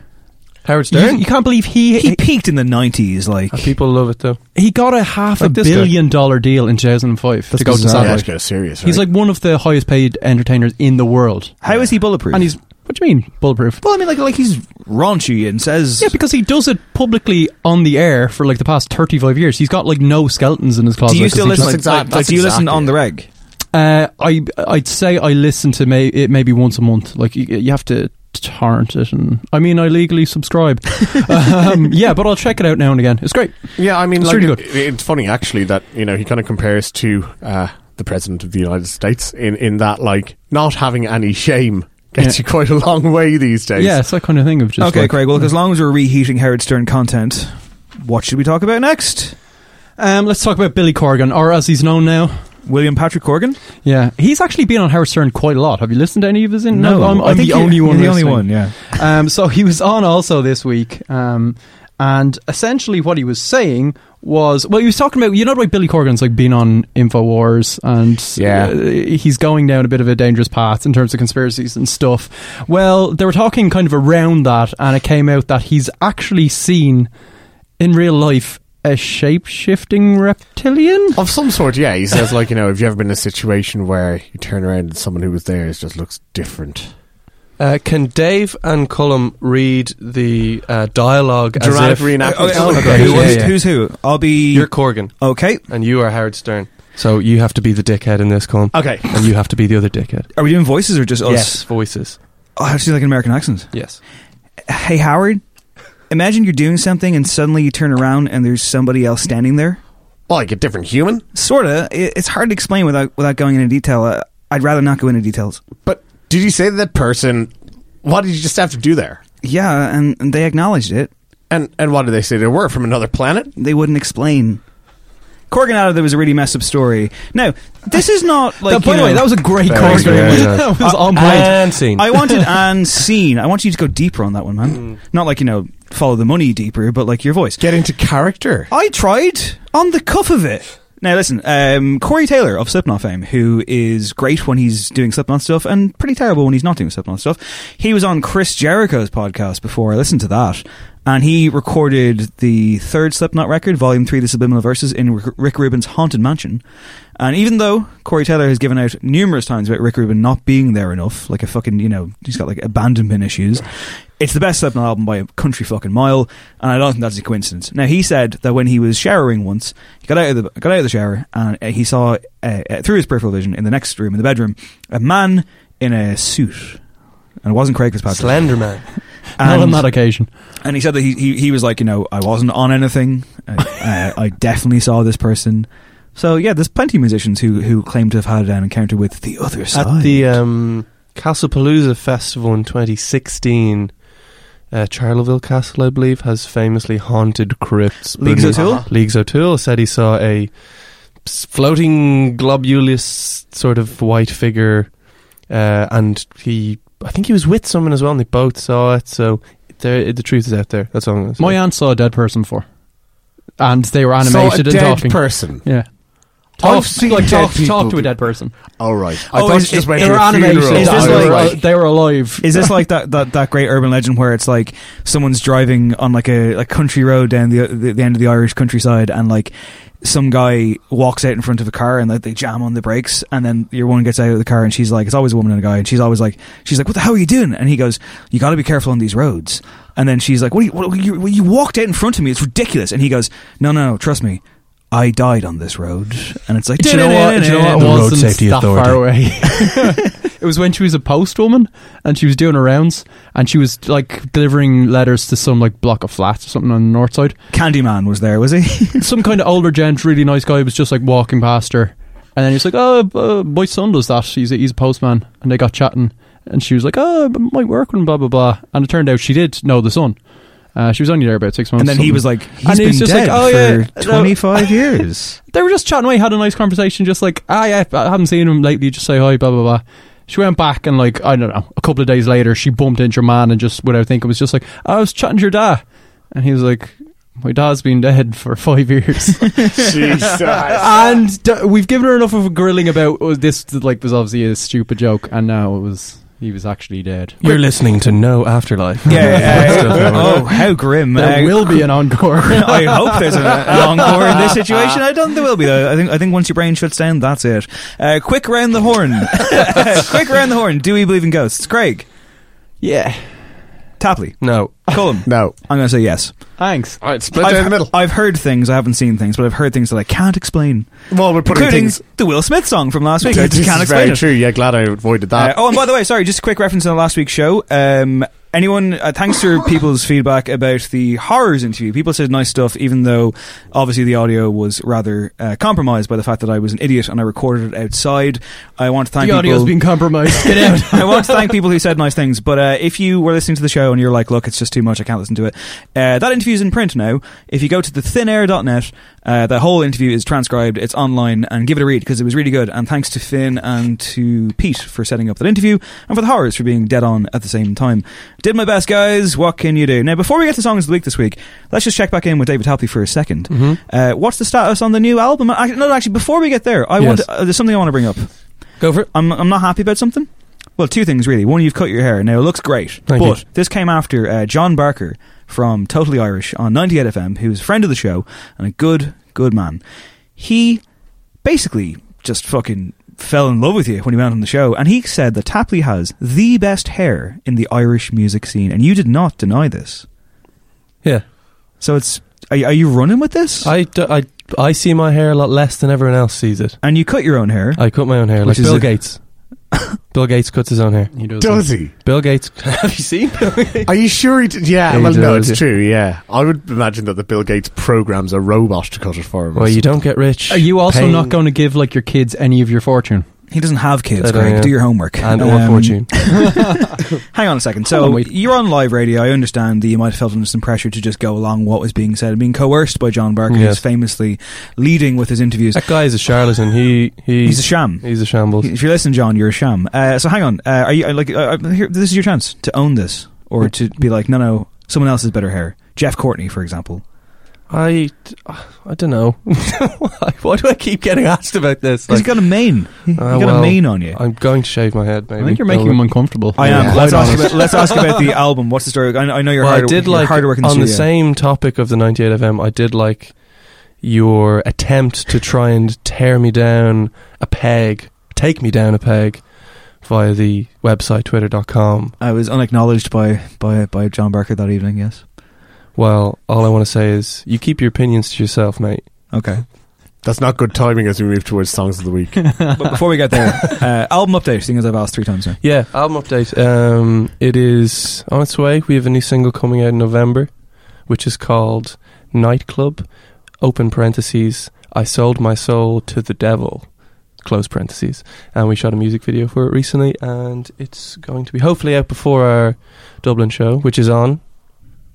Howard
Stern? You- you can't believe he
he peaked in the nineties. Like
Ah, people love it though.
He got a half
Like
a
this guy.
billion dollar deal in 2005
That's
to go
bizarre.
to
Yeah,
satellite.
it's kinda serious,
He's
right?
like one of the highest paid entertainers in the world.
How is he bulletproof?
And he's what do you mean bulletproof?
Well, I mean like like he's raunchy and says
yeah because he does it publicly on the air for like the past 35 years. He's got like no skeletons in his closet.
Do you
'cause
still
he
listen?
just-
Like, like, do you listen on the reg?
Uh, I I'd say I listen to may, it maybe once a month. Like you, you have to torrent it, and I mean I legally subscribe. um, yeah, but I'll check it out now and again. It's great.
Yeah, I mean,
it's
like,
really good.
it- it's funny actually that you know he kind of compares to uh, the president of the United States in in that like not having any shame gets
Yeah.
you quite a long way these days.
Yeah, it's that kind of thing of just
okay,
like-
Craig. Well, look, as long as we're reheating Howard Stern content, what should we talk about next?
Um, let's talk about Billy Corgan, or as he's known now,
William Patrick Corgan.
Yeah, he's actually been on Howard Stern quite a lot. Have you listened to any of his? In
No.
I'm,
I
I'm
think you-
the only one.
you're the only
listening.
one, yeah.
Um, so he was on also this week, um, and essentially what he was saying was, well, he was talking about you know about Billy Corgan's like being on Infowars, and yeah, he's going down a bit of a dangerous path in terms of conspiracies and stuff. Well, they were talking kind of around that, and it came out that he's actually seen in real life a shape shifting reptilian.
Of some sort, yeah. He says, like, you know, have you ever been in a situation where you turn around and someone who was there is just looks different?
Uh, can Dave and Cullum read the uh, dialogue? as
Dramatic
if-
reenactment.
Okay,
Oh,
okay,
okay.
yeah,
Who
wants-
yeah.
who's who? I'll be.
You're Corgan.
Okay.
And you are Howard Stern. So you have to be the dickhead in this, Cullum.
Okay.
And you have to be the other dickhead.
Are we doing voices or just us?
Yes, voices.
Oh, I sound like an American accent.
Yes.
Hey, Howard. Imagine you're doing something and suddenly you turn around and there's somebody else standing there.
Like a different human?
Sorta. It, it's hard to explain without without going into detail. Uh, I'd rather not go into details.
But did you say to that person, what did you just have to do there?
Yeah, and, and they acknowledged it.
And and what did they say they were from another planet?
They wouldn't explain. Corgan out of there was a really messed up story. Now, this is not like.
That- by
you
the way,
know-
that was a great Very Corgan. good, very good. That was on point. And scene. Mm.
I wanted and scene. I want you to go deeper on that one, man. Not like you know, follow the money deeper, but like your voice.
Get into character.
I tried on the cuff of it. Now, listen, um, Corey Taylor of Slipknot fame, who is great when he's doing Slipknot stuff and pretty terrible when he's not doing Slipknot stuff, he was on Chris Jericho's podcast before. I listened to that. And he recorded the third Slipknot record, Volume 3, The Subliminal Verses, in Rick Rick Rubin's Haunted Mansion. And even though Corey Taylor has given out numerous times about Rick Rubin not being there enough, like a fucking, you know, he's got like abandonment issues, it's the best Slipknot album by a country fucking mile, and I don't think that's a coincidence. Now he said that when he was showering once, he got out of the got out of the shower and uh, he saw uh, uh, through his peripheral vision in the next room in the bedroom a man in a suit, and it wasn't Craig Fitzpatrick.
Slender Man. Not on that
occasion. And he said that he he, he was like, you know, I wasn't on anything. I, I, I definitely saw this person. So yeah, there's plenty of musicians who who claim to have had an encounter with the other side.
At the um, Castlepalooza Festival in 2016, uh, Charleville Castle, I believe, has famously haunted crypts. but-
Leagues O'Toole?
Uh-huh. Leagues O'Toole said he saw a s- floating globulous sort of white figure, uh, and he, I think he was with someone as well, and they both saw it. So there, the truth is out there. That's all I'm going to say.
My aunt saw a dead person before, and they were
Saw a
animated and
dead
talking.
person?
yeah.
I've
Talk,
seen
like,
dead
talk, talk to
people.
a dead person.
All right.
Oh, is- is-
went
they
to
were
a
animated.
funeral.
Is this
I was
like-
right.
uh,
They were alive.
Is this like that, that, that great urban legend where it's like someone's driving on like a like country road down the, the the end of the Irish countryside and like some guy walks out in front of a car and like they jam on the brakes and then your woman gets out of the car and she's like it's always a woman and a guy and she's always like she's like what the hell are you doing and he goes you got to be careful on these roads and then she's like what, are you, what you, you walked out in front of me it's ridiculous and he goes no no no trust me. I died on this road, and it's like
Do you know what? Do you know what? It
The road
wasn't
safety
that
authority.
far away. it was when she was a postwoman and she was doing her rounds and she was like delivering letters to some like block of flats or something on the north side.
Candyman was there, was he?
some kind of older gent, really nice guy, was just like walking past her, and then he's like, "Oh, uh, my son does that. He's a, he's a postman." And they got chatting, and she was like, "Oh, but my work and blah blah blah." And it turned out she did know the son. Uh, she was only there about six months.
And then he
something.
was like, "He's
And
been
was just
dead
like, "Oh, yeah,
for
no."
25 years."
they were just chatting away, had a nice conversation, just like, ah, yeah, I haven't seen him lately, just say hi, blah, blah, blah. She went back and, like, I don't know, a couple of days later, she bumped into her man and just, without thinking, was just like, I was chatting to your dad. And he was like, my dad's been dead for five years.
Jesus.
and d- we've given her enough of a grilling about oh, this, like, was obviously a stupid joke, and now it was, he was actually dead.
You're listening to No Afterlife.
Yeah. oh, how grim!
There
Uh,
will be an encore.
I hope there's an, an encore in this situation. I don't think there will be though. I think I think once your brain shuts down, that's it. Uh, quick round the horn. quick round the horn. Do we believe in ghosts, Craig?
yeah.
Tapley,
No.
Cullum.
No.
I'm going to say yes.
Thanks.
All right, split
I've,
down the middle.
I've heard things. I haven't seen things, but I've heard things that I can't explain.
Well, we're putting
including
things.
the Will Smith song from last week. I
This
just can't
is
explain
very
it.
true. Yeah, glad I avoided
Uh,
that.
oh, and by the way, sorry, just a quick reference on last week's show. Um, anyone, uh, thanks for people's feedback about the horrors interview. People said nice stuff, even though obviously the audio was rather uh, compromised by the fact that I was an idiot and I recorded it outside. I want to thank
The audio's
people.
been compromised. Get out.
I want to thank people who said nice things, but uh, if you were listening to the show and you're like, look, it's just too much, I can't listen to it, uh, that interview's in print now. If you go to thethinair.net, uh, the whole interview is transcribed, it's online, and give it a read because it was really good. And thanks to Finn and to Pete for setting up that interview and for the horrors for being dead on at the same time. Did my best, guys. What can you do? Now, before we get to songs of the week this week, let's just check back in with David Tapley for a 2nd Uh, what's the status on the new album? I, no, actually, before we get there, I
Yes.
want uh, there's something I want to bring up.
Go for it.
I'm, I'm not happy about something. Well, two things really. One, you've cut your hair. Now it looks great,
Thank
but
you.
this came after uh, John Barker from Totally Irish on 98 FM, who's a friend of the show and a good, good man. He basically just fucking fell in love with you when he went on the show, and he said that Tapley has the best hair in the Irish music scene, and you did not deny this.
Yeah.
So it's are, you- are you running with this?
I, d- I, I see my hair a lot less than everyone else sees it.
and you cut your own hair.
I cut my own hair,
Which
like
is
Bill
a-
Gates. Bill Gates cuts his own hair.
He does.
Does he?
Bill Gates. Have you seen Bill Gates?
Are you sure he did? Yeah,
Yeah,
well,
he
no,
does,
it's
yeah.
true, yeah. I would imagine that the Bill Gates programs a robot to cut it for him. or
Well, you don't get rich.
Are you also
paying-
not going to give, like, your kids any of your fortune?
he doesn't have kids.
I don't
Craig,
know.
do your homework.
And or
Um,
fortune.
Hang on a second.
Hold on,
So
wait.
you're on live radio. I understand that you might have felt under some pressure to just go along what was being said, being coerced by John Barker, who's
Yes.
famously leading with his interviews.
That guy is a charlatan. He, he
He's a sham.
He's a shambles.
If you're listening, John, you're a sham. Uh, so hang on. Uh, are you uh, like uh, uh, here, this is your chance to own this or to be like, no, no, someone else has better hair. Jeff Courtney, for example.
I, I don't know. why, why do I keep getting asked about this?
He's got a mane. He got a mane on you.
uh, I'm going to shave my head. Maybe.
think you're making
Don't-
him uncomfortable.
I am.
Yeah.
Let's,
Quite
ask
honest.
about, let's ask about the album. What's the story? I, I know you're
Well,
hard.
I did
you're
like
hard to work in the
on the
studio.
same topic of the 98 FM. I did like your attempt to try and tear me down a peg, take me down a peg via the website twitter.com.
I was unacknowledged by by by John Barker that evening. Yes.
Well, all I want to say is you keep your opinions to yourself, mate.
Okay.
That's not good timing as we move towards songs of the week.
but before we get there, uh, album update. Seeing as I've asked three times now.
Yeah, album update. Um, it is on its way. We have a new single coming out in November, which is called Nightclub, open parentheses, I sold my soul to the devil, close parentheses. And we shot a music video for it recently, and it's going to be hopefully out before our Dublin show, which is on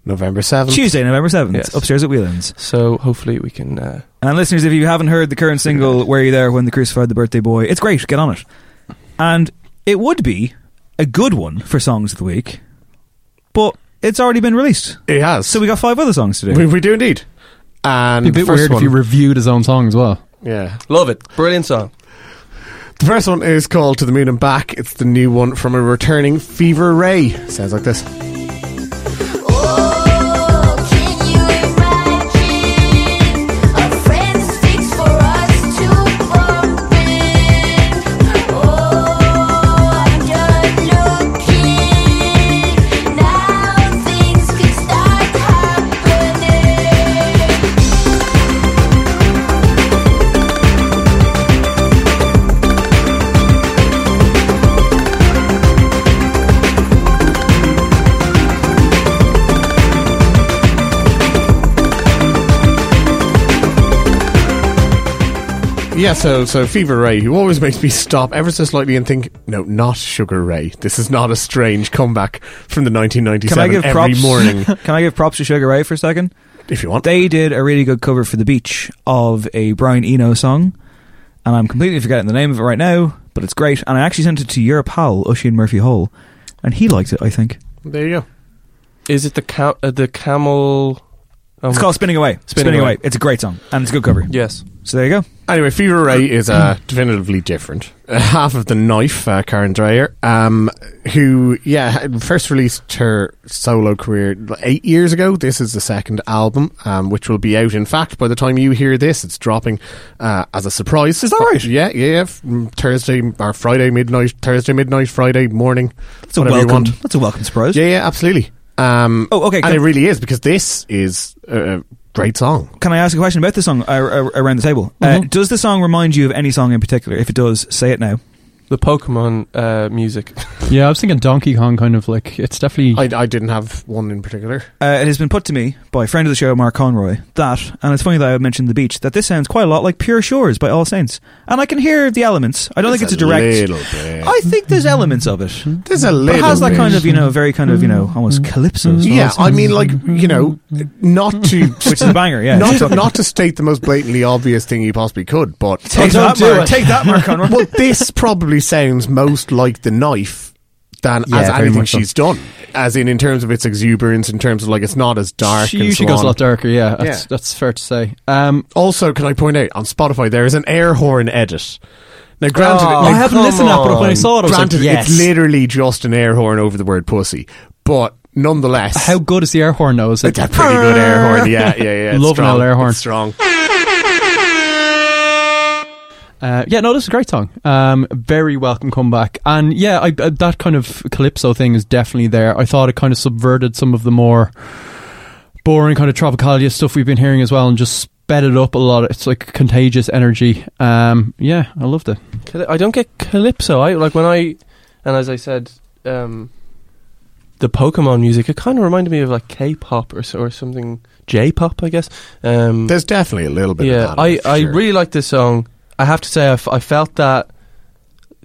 November 7th.
Tuesday, November seventh,
Yes.
upstairs at Wheelands.
So hopefully we can. Uh,
And listeners, if you haven't heard the current single "Were You There When They Crucified the Birthday Boy," it's great. Get on it. And it would be a good one for songs of the week, but it's already been released.
It has.
So we got five other songs to do.
We, we do indeed. And
It'd be a
the
bit
first
weird
one,
if he reviewed his own song as well.
yeah.
Love it. Brilliant song.
The first one is called To the Moon and Back. It's the new one from a returning Fever Ray. Sounds like this.
Oh,
Yeah, so so Fever Ray, who always makes me stop ever so slightly and think, no, not Sugar Ray. This is not a strange comeback from the 1997
Can I give
every
props?
morning,
Can I give props to Sugar Ray for a second?
if you want.
They did a really good cover for the beach of a Brian Eno song, and I'm completely forgetting the name of it right now, but it's great. And I actually sent it to your pal Ushin Murphy Hall, and he liked it. I think
there you go.
Is it the ca- uh, the camel?
Oh.
Um,
it's called "Spinning Away." Spinning, Away. It's a great song, and it's a good cover.
Yes.
So there you go.
Anyway, Fever
Mm.
Ray is uh, definitively different. Uh, half of the knife, uh, Karen Dreyer, um, who, yeah, had first released her solo career eight years ago. This is the second album, um, which will be out, in fact, by the time you hear this. It's dropping uh, as a surprise. Is that right? Yeah, yeah, yeah. From Thursday or Friday midnight, Thursday midnight, Friday morning.
That's a
whatever you
welcome.
want.
That's a welcome surprise.
Yeah, yeah, absolutely. Um,
Oh, okay,
And
can-
it really is, because this is a a great song.
Can I ask a question about the song uh, uh, around the table?
Mm-hmm.
Uh, does the song remind you of any song in particular? If it does, say it now.
The Pokemon uh, music.
Yeah, I was thinking Donkey Kong, kind of like it's definitely.
I, I didn't have one in particular.
Uh, it has been put to me by a friend of the show, Mark Conroy, that, and it's funny that I mentioned the beach, that this sounds quite a lot like Pure Shores by All Saints. And I can hear the elements. I don't think it's a direct.
little bit.
I think there's elements of it.
There's a
But
little
it has that
bit.
kind of, you know, very kind of, you know, almost calypso. style.
Yeah, I mean, like you know, not to
Which is a banger, yeah.
not to, not to state the most blatantly obvious thing you possibly could, but
Take
Well,
that,
don't do
Mark.
it.
Take that, Mark Conroy.
well, this probably sounds most like the knife than
Yeah,
as
very
anything
much so.
she's done, as in in terms of its exuberance, in terms of like it's not as dark.
she
and
usually
so
goes a
on.
lot darker. Yeah, that's,
Yeah.
that's fair to say. Um,
Also, can I point out on Spotify there is an air horn edit. Now, granted,
Oh,
now,
I haven't listened to that, but when I saw
it, I was like,
granted,
yes.
it's literally just an air horn over the word pussy, but nonetheless,
how good is the air horn though? Is it?
It's a pretty good air horn. Yeah, yeah, yeah. It's
Love an
strong.
old air horn.
It's strong.
Uh, yeah, no, this is a great song. Um, very welcome comeback, and yeah, I, uh, that kind of calypso thing is definitely there. I thought it kind of subverted some of the more boring kind of tropicalia stuff we've been hearing as well, and just sped it up a lot. It's like contagious energy. Um, yeah, I loved it.
Cali- I don't get calypso. I like when I, and as I said, um, the Pokemon music. It kind of reminded me of like K-pop or so, or something J-pop, I guess. Um,
There's definitely a little bit.
yeah,
of that,
I,
for
I
sure.
really like this song. I have to say, I, f- I felt that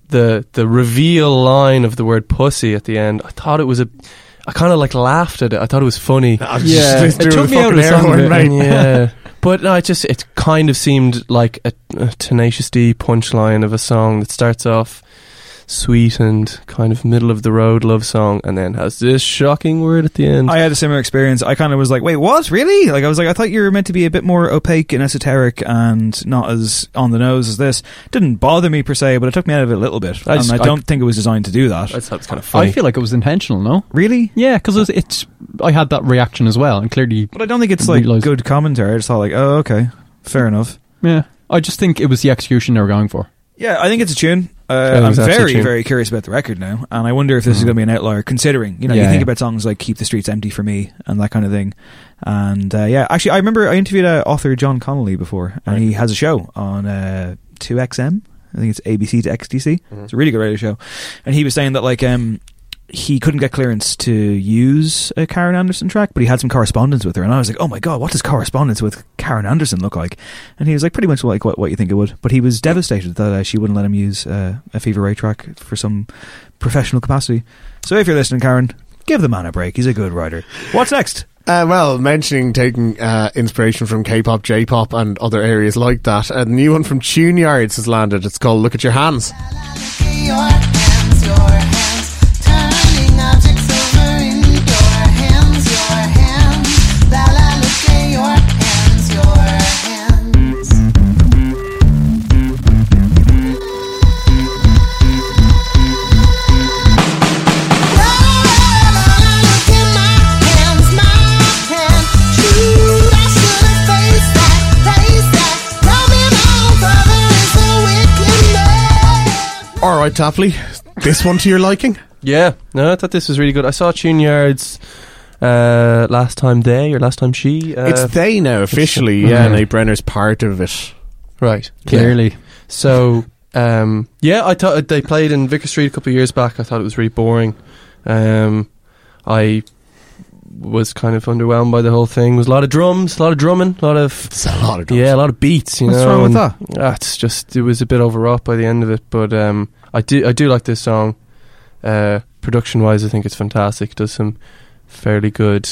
the the reveal line of the word pussy at the end. I thought it was a. I kind of like laughed at it. I thought it was funny.
I was just listening to the fucking air
song
horn,
bit,
mate.
Yeah, but no, it just it kind of seemed like a, a tenacious D punchline of a song that starts off sweet and kind of middle of the road love song, and then has this shocking word at the end.
I had a similar experience. I kind of was like, wait, what? Really? Like, I was like, I thought you were meant to be a bit more opaque and esoteric and not as on the nose as this. Didn't bother me per se, but it took me out of it a little bit.
I just-
and I
I-
don't think it was designed to do that. That's
kind of
I feel like it was intentional. No,
really?
Yeah, because it's, it's. I had that reaction as well, and clearly.
But I don't think it's like good commentary. I just thought like, oh, okay, fair enough.
Yeah, I just think it was the execution they were going for.
Yeah, I think it's a tune.
I
Uh,
think
I'm
it's actually a
very,
tune.
very curious about the record now, and I wonder if this is
Mhm.
going to be an outlier. Considering, you know, you
Yeah,
think
yeah.
about songs like "Keep the Streets Empty for Me" and that kind of thing, and uh, yeah, actually, I remember I interviewed uh, author John Connolly before, and he has a show on uh, 2XM. I think it's ABC to XTC.
Mm-hmm.
It's a really good radio show, and he was saying that like um, he couldn't get clearance to use a Karen Anderson track, but he had some correspondence with her, and I was like, oh my god, what does correspondence with Karen Anderson look like? And he was like, pretty much like what, what you think it would, but he was devastated that uh, she wouldn't let him use uh, a Fever Ray track for some professional capacity. So if you're listening, Karen, give the man a break. He's a good writer. What's next?
Uh, well, mentioning taking uh, inspiration from K-pop, J-pop, and other areas like that. A new one from Tuneyards has landed. It's called "Look at Your Hands." All right, Tapley, this one to your liking?
Yeah, no, I thought this was really good. I saw Tune Yards uh, last time they or last time she. Uh,
it's they now officially. Yeah,
Mhm.
Nate Brenner's part of it.
Right.
Clearly.
So, um, yeah, I thought they played in Vicar Street a couple of years back. I thought it was really boring. Um, I was kind of underwhelmed by the whole thing. It was a lot of drums, a lot of drumming, a lot of
a lot of
yeah, a lot of beats. You
What's
know,
wrong with
and, ah, it's just it was a bit overwrought by the end of it. But um, I do I do like this song. Uh, production wise, I think it's fantastic. It does some fairly good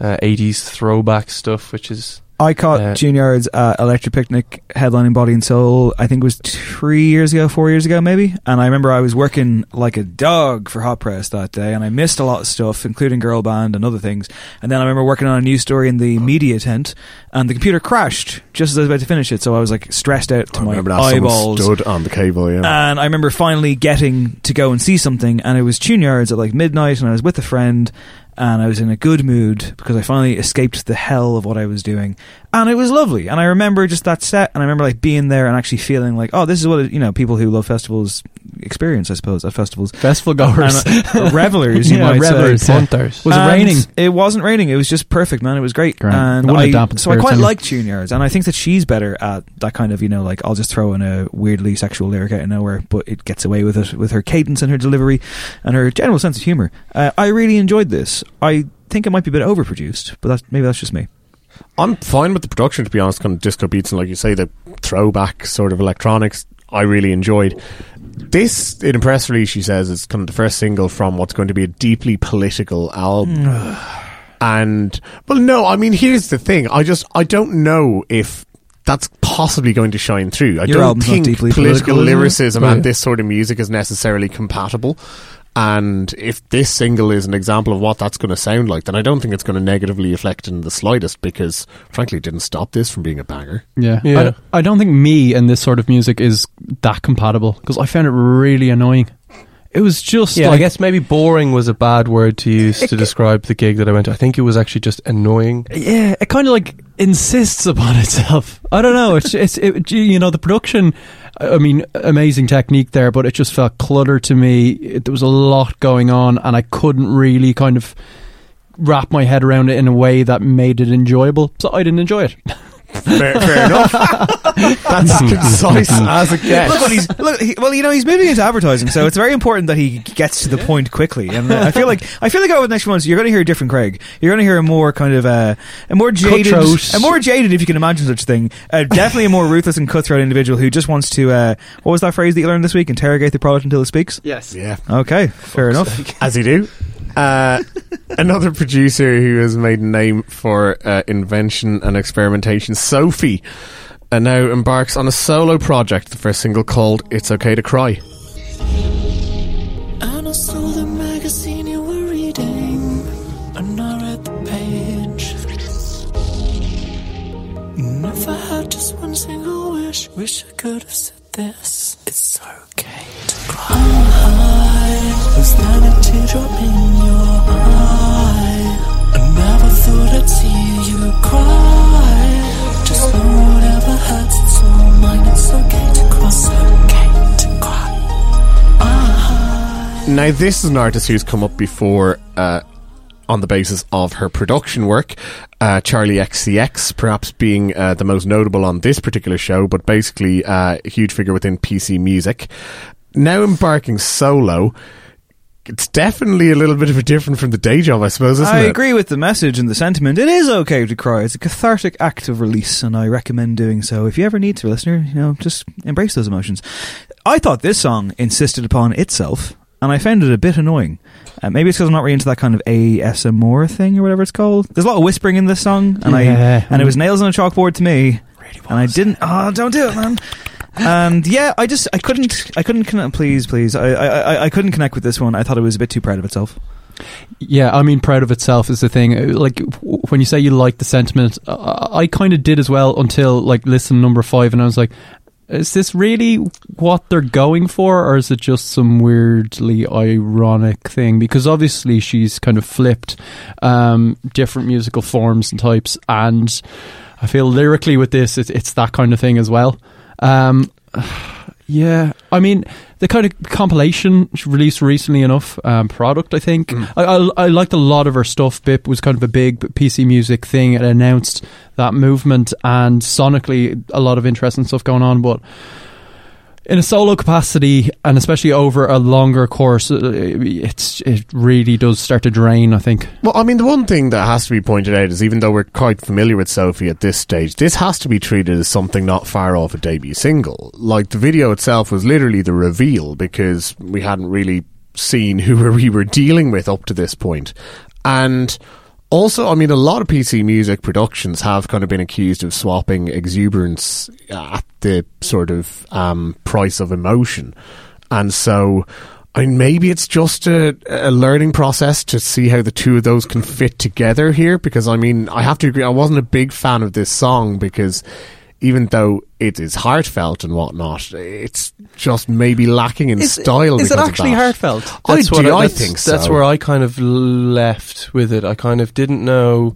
uh, '80s throwback stuff, which is
I caught
Uh,
Junior's uh, Electric Picnic headlining Body and Soul. I think it was three years ago, four years ago, maybe. And I remember I was working like a dog for Hot Press that day, and I missed a lot of stuff, including Girl Band and other things. And then I remember working on a news story in the media tent, and the computer crashed just as I was about to finish it. So I was like stressed out to
I remember
my
that someone
eyeballs.
stood on the cable. Yeah.
And I remember finally getting to go and see something, and it was Tune Yards at like midnight, and I was with a friend, and I was in a good mood because I finally escaped the hell of what I was doing, and it was lovely. And I remember just that set, and I remember like being there and actually feeling like, oh, this is what you know people who love festivals experience, I suppose, at festivals.
Festival goers,
And, uh, revelers, you
Yeah,
might say.
revelers, yeah.
Punters.
Was it
And
raining?
It wasn't raining. It was just perfect, man. It was great.
Great.
And
It wouldn't have
I,
dampened
so I
spirits
quite
anyway.
like Tune Yards, and I think that she's better at that kind of, you know, like I'll just throw in a weirdly sexual lyric out of nowhere, but it gets away with it with her cadence and her delivery and her general sense of humor. Uh, I really enjoyed this. I think it might be a bit overproduced, but that's, maybe that's just me.
I'm fine with the production, to be honest. Kind of disco beats and, like you say, the throwback sort of electronics. I really enjoyed this. In a press release, she says it's kind of the first single from what's going to be a deeply political album.
Mm.
and well, no, I mean, here's the thing. I just I don't know if that's possibly going to shine through. I
Your
don't
album's not
think
deeply
political,
political, is it?
lyricism
Oh,
and
yeah.
this sort of music is necessarily compatible. And if this single is an example of what that's going to sound like, then I don't think it's going to negatively affect in the slightest because, frankly, it didn't stop this from being a banger.
Yeah.
Yeah.
I, don't, I don't think me and this sort of music is that compatible because I found it really annoying. It was just
Yeah,
like,
I guess maybe boring was a bad word to use to describe the gig that I went to. I think it was actually just annoying.
yeah, it kind of like insists upon itself. I don't know. It's, it's it, you know, the production, I mean, amazing technique there, but it just felt cluttered to me. It, there was a lot going on and I couldn't really kind of wrap my head around it in a way that made it enjoyable. So I didn't enjoy it.
Fair, fair enough. That's concise as it gets.
Look what he's look. He, well, you know, he's moving into advertising, so it's very important that he gets to the point quickly. And uh, I feel like I feel like over the next few months, you're going to hear a different Craig. You're going to hear a more kind of uh, a more jaded,
Cutthroat.
a more jaded, if you can imagine such a thing. Uh, definitely a more ruthless and cutthroat individual who just wants to. Uh, what was that phrase that you learned this week? Interrogate the product until it speaks.
Yes.
Yeah.
Okay, fair enough.
As you do. Uh, another producer who has made a name for uh, invention and experimentation, Sophie, uh, and now embarks on a solo project, the first single called It's Okay to Cry.
magazine you were reading, and I read the page. And if I had just one single wish, wish I could have said this. It's okay to cry. I'm high, was that a teardrop in your eye? I never thought I'd see you cry. Just know whatever hurts, it's all mine. It's okay to cry. It's okay to cry. Uh-huh.
Now, this is an artist who's come up before uh, on the basis of her production work. Uh, Charlie XCX, perhaps being uh, the most notable on this particular show, but basically uh, a huge figure within PC music. Now embarking solo, it's definitely a little bit of a different from the day job, I suppose, isn't
I
it?
agree with the message and the sentiment. It is okay to cry. It's a cathartic act of release, and I recommend doing so. If you ever need to, listener, you know, just embrace those emotions. I thought this song insisted upon itself, and I found it a bit annoying. Uh, maybe it's because I'm not really into that kind of ASMR thing or whatever it's called. There's a lot of whispering in this song, and
Yeah.
I and it was nails on a chalkboard to me, and I didn't. Oh, don't do it, man. And yeah, I just I couldn't I couldn't connect. Please, please, I I, I I couldn't connect with this one. I thought it was a bit too proud of itself.
Yeah, I mean, proud of itself is the thing. Uh, Like w- when you say you like the sentiment, I, I kind of did as well until like listen number five, and I was like, is this really what they're going for, or is it just some weirdly ironic thing? Because obviously she's kind of flipped um, different musical forms and types, and I feel lyrically with this, it's, it's that kind of thing as well. Um, yeah, I mean the kind of compilation she released recently enough um, product. I think I, I I liked a lot of her stuff. Bip was kind of a big PC music thing. It announced that movement and sonically a lot of interesting stuff going on, but. In a solo capacity, and especially over a longer course, uh, it's it really does start to drain. I think.
Well, I mean, the one thing that has to be pointed out is even though we're quite familiar with Sophie at this stage, this has to be treated as something not far off a debut single. Like, the video itself was literally the reveal because we hadn't really seen who we were dealing with up to this point. And also, I mean, a lot of PC music productions have kind of been accused of swapping exuberance at the sort of um, price of emotion. And so, I mean, maybe it's just a, a learning process to see how the two of those can fit together here. Because, I mean, I have to agree, I wasn't a big fan of this song because even though it is heartfelt and whatnot, it's just maybe lacking in style. because of that.
That's
I
what
do, I,
that's-
think so.
That's where I kind of left with it. I kind of didn't know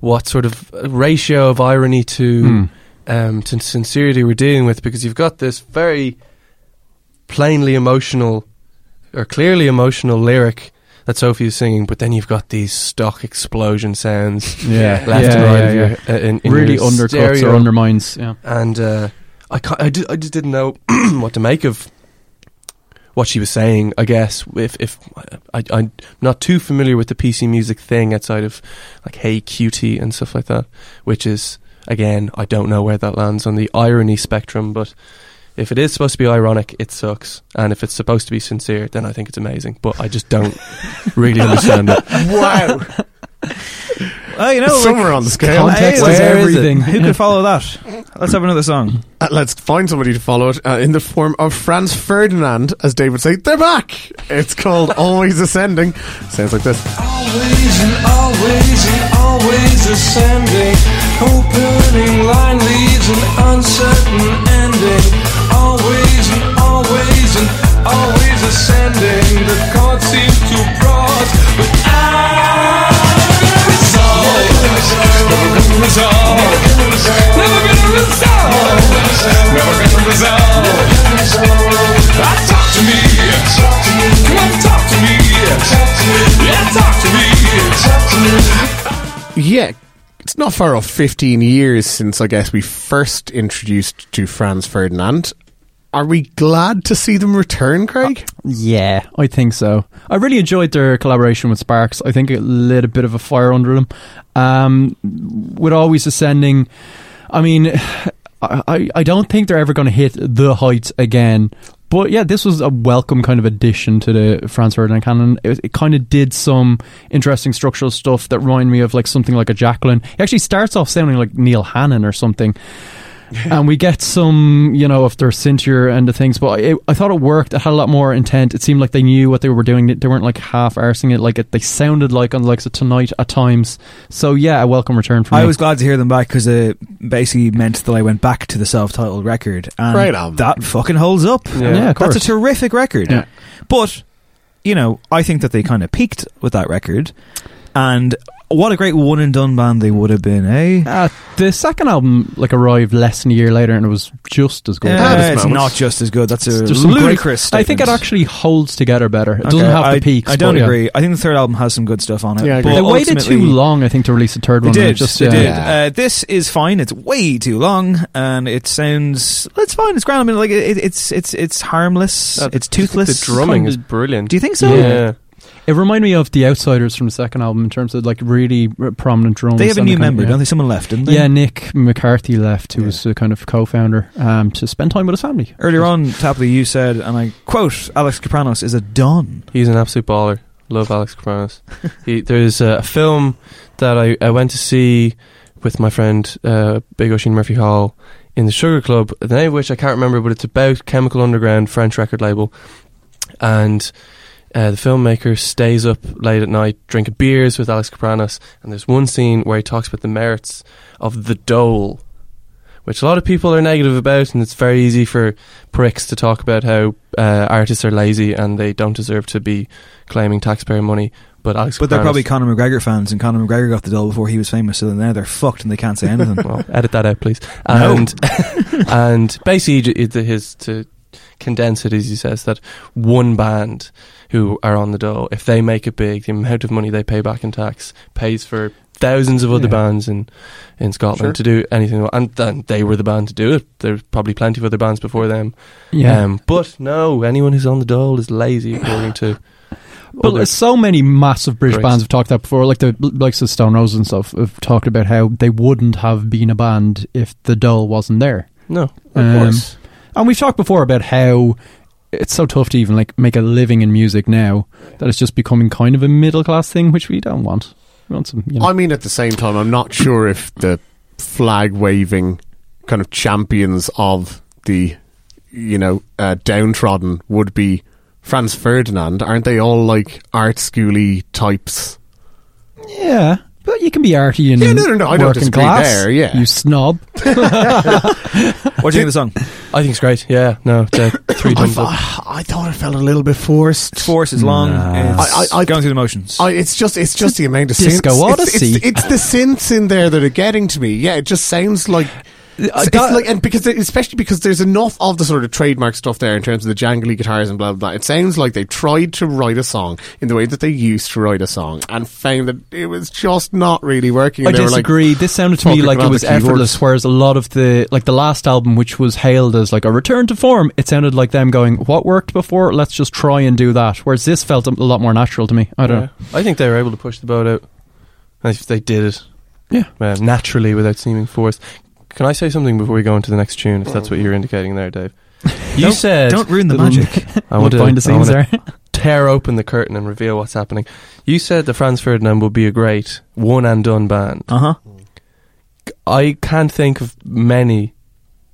what sort of ratio of irony to um, to sincerity we're dealing with because you've got this very plainly emotional or clearly emotional lyric that Sophie is singing, but then you've got these stock explosion sounds,
Yeah.
left
Yeah,
and right,
yeah,
of
yeah.
your, uh, in, in
Really
your
undercuts or
stereo.
undermines, yeah.
and uh, I, ca- I, ju- I just didn't know what to make of what she was saying. I guess if if I, I'm not too familiar with the PC music thing outside of like Hey Cutie and stuff like that, which is again I don't know where that lands on the irony spectrum, but. If it is supposed to be ironic, it sucks. And if it's supposed to be sincere, then I think it's amazing. But I just don't really understand it.
Wow.
Oh, you know,
Somewhere on the scale. Context
Hey,
is
where it?
everything.
Who could follow that? Let's have another song.
Uh, let's find somebody to follow it uh, in the form of Franz Ferdinand, as Dave would say, they're back! It's called Always Ascending. Sounds like this.
Always and always and always ascending. Opening line leads an uncertain ending. Always and always and always ascending. The chord seems too broad, but I'm gonna resolve. Never gonna resolve. Never gonna resolve. Never gonna resolve. Ah, Talk to me. Come on, talk to me. Yeah, talk to me.
Yeah, it's not far off 15 years since I guess we first introduced to Franz Ferdinand. Are we glad to see them return, Craig?
Yeah, I think so. I really enjoyed their collaboration with Sparks. I think it lit a bit of a fire under them. Um, with always ascending, I mean, I- I, I don't think they're ever going to hit the heights again. But yeah, this was a welcome kind of addition to the Franz Ferdinand canon. It, was- it kind of did some interesting structural stuff that reminded me of like something like a Jacqueline. It actually starts off sounding like Neil Hannon or something. and we get some, you know, of their cintier and the things. But it, I thought it worked. It had a lot more intent. It seemed like they knew what they were doing. They weren't like half arsing it. Like it, they sounded like on the likes of Tonight at times. So yeah, a welcome return for me.
I was glad to hear them back because it basically meant that I went back to the self-titled record, and
Right on.
that fucking holds up.
Yeah. Yeah, of
that's a
course.
terrific record.
Yeah.
But you know, I think that they kind of peaked with that record, and what a great one and done band they would have been, eh?
Uh, the second album like arrived less than a year later, and it was just as good.
Yeah, it's not just as good. That's a
There's some great-
uh, ludicrous.
I think it
statement.
actually holds together better. It doesn't
Okay,
have the
I,
peaks.
I don't
but, yeah.
agree. I think the third album has some good stuff on it. but
they waited too
ultimately-
long, I think, to release the third
They
one.
did.
Just,
they
yeah.
did. Uh, this is fine. It's way too long, and it sounds. It's fine. It's grand. I mean, like it, it's it's it's harmless.
Uh,
it's toothless.
brilliant.
Do you think so?
Yeah. It reminded me of the Outsiders from the second album in terms of like really r- prominent drums.
They have a
and
new
kind of-
member,
yeah.
don't they? Someone left, didn't they?
Yeah, Nick McCarthy left, who was the kind of co-founder, um, to spend time with his family.
Earlier on, Tapley, you said, and I quote: "Alex Kapranos is a don."
He's an absolute baller. Love Alex Capranos. he, there's uh, a film that I, I went to see with my friend uh, Big Ocean Murphy Hall in the Sugar Club, the name of which I can't remember, but it's about Chemical Underground, French record label. And uh, the filmmaker stays up late at night drinking beers with Alex Capranos. And there's one scene where he talks about the merits of the dole which a lot of people are negative about, and it's very easy for pricks to talk about how uh, artists are lazy and they don't deserve to be claiming taxpayer money. But Alex,
But they're
Capranos-
probably Conor McGregor fans, and Conor McGregor got the doll before he was famous. So now they're fucked, and they can't say anything.
well, edit that out, please.
Um,
No.
And and basically, j- it- his to condense it is he says that one band who are on the dole, if they make it big, the amount of money they pay back in tax pays for thousands of other
Yeah.
bands in in Scotland
Sure.
to do anything, and then they were the band to do it. There's probably plenty of other bands before them.
Yeah.
but no, anyone who's on the dole is lazy, according to.
But
other-
so many massive British
Great.
bands have talked that before, like the likes of Stone Roses and stuff have talked about how they wouldn't have been a band if the doll wasn't there.
No, of
Um,
course.
And we've talked before about how it's so tough to even like make a living in music now that it's just becoming kind of a middle class thing, which we don't want. We want some, you know.
I mean, at the same time, I'm not sure if the flag waving kind of champions of the, you know, uh, downtrodden would be Franz Ferdinand. Aren't they all like art schooly types?
yeah, but you can be arty and
Yeah, no, no, no, I don't
working
disagree
class.
there, yeah.
you snob.
What do you think of the song?
I think it's great. Yeah, no, the three
Oh,
I,
thumbs up.
I thought it felt a little bit forced.
Force is long.
Nah.
It's
I- I-
going through the motions.
I, it's just it's just the amount of
Disco
synths. It's-
Odyssey.
It's, it's, the synths in there that are getting to me. Yeah, it just sounds like. It's, it's like and because they- especially because there's enough of the sort of trademark stuff there in terms of the jangly guitars and blah blah blah. It sounds like they tried to write a song in the way that they used to write a song and found that it was just not really working.
I
And they were, like,
disagree. this sounded to me
talking
like it
around
was
the keyboards.
effortless, whereas a lot of the like the last album, which was hailed as like a return to form, it sounded like them going, "What worked before? Let's just try and do that." Whereas this felt a lot more natural to me. I don't know.
I think they were able to push the boat out. And If they did it, yeah, naturally without seeming forced. Can I say something before we go into the next tune? If that's what you're indicating there, Dave. You
Don't-
said
don't ruin the
that-
magic.
I want
Look
to
behind the
I want
scenes
to Tear open the curtain and reveal what's happening. You said the Franz Ferdinand would be a great one and done band.
Uh huh.
I can't think of many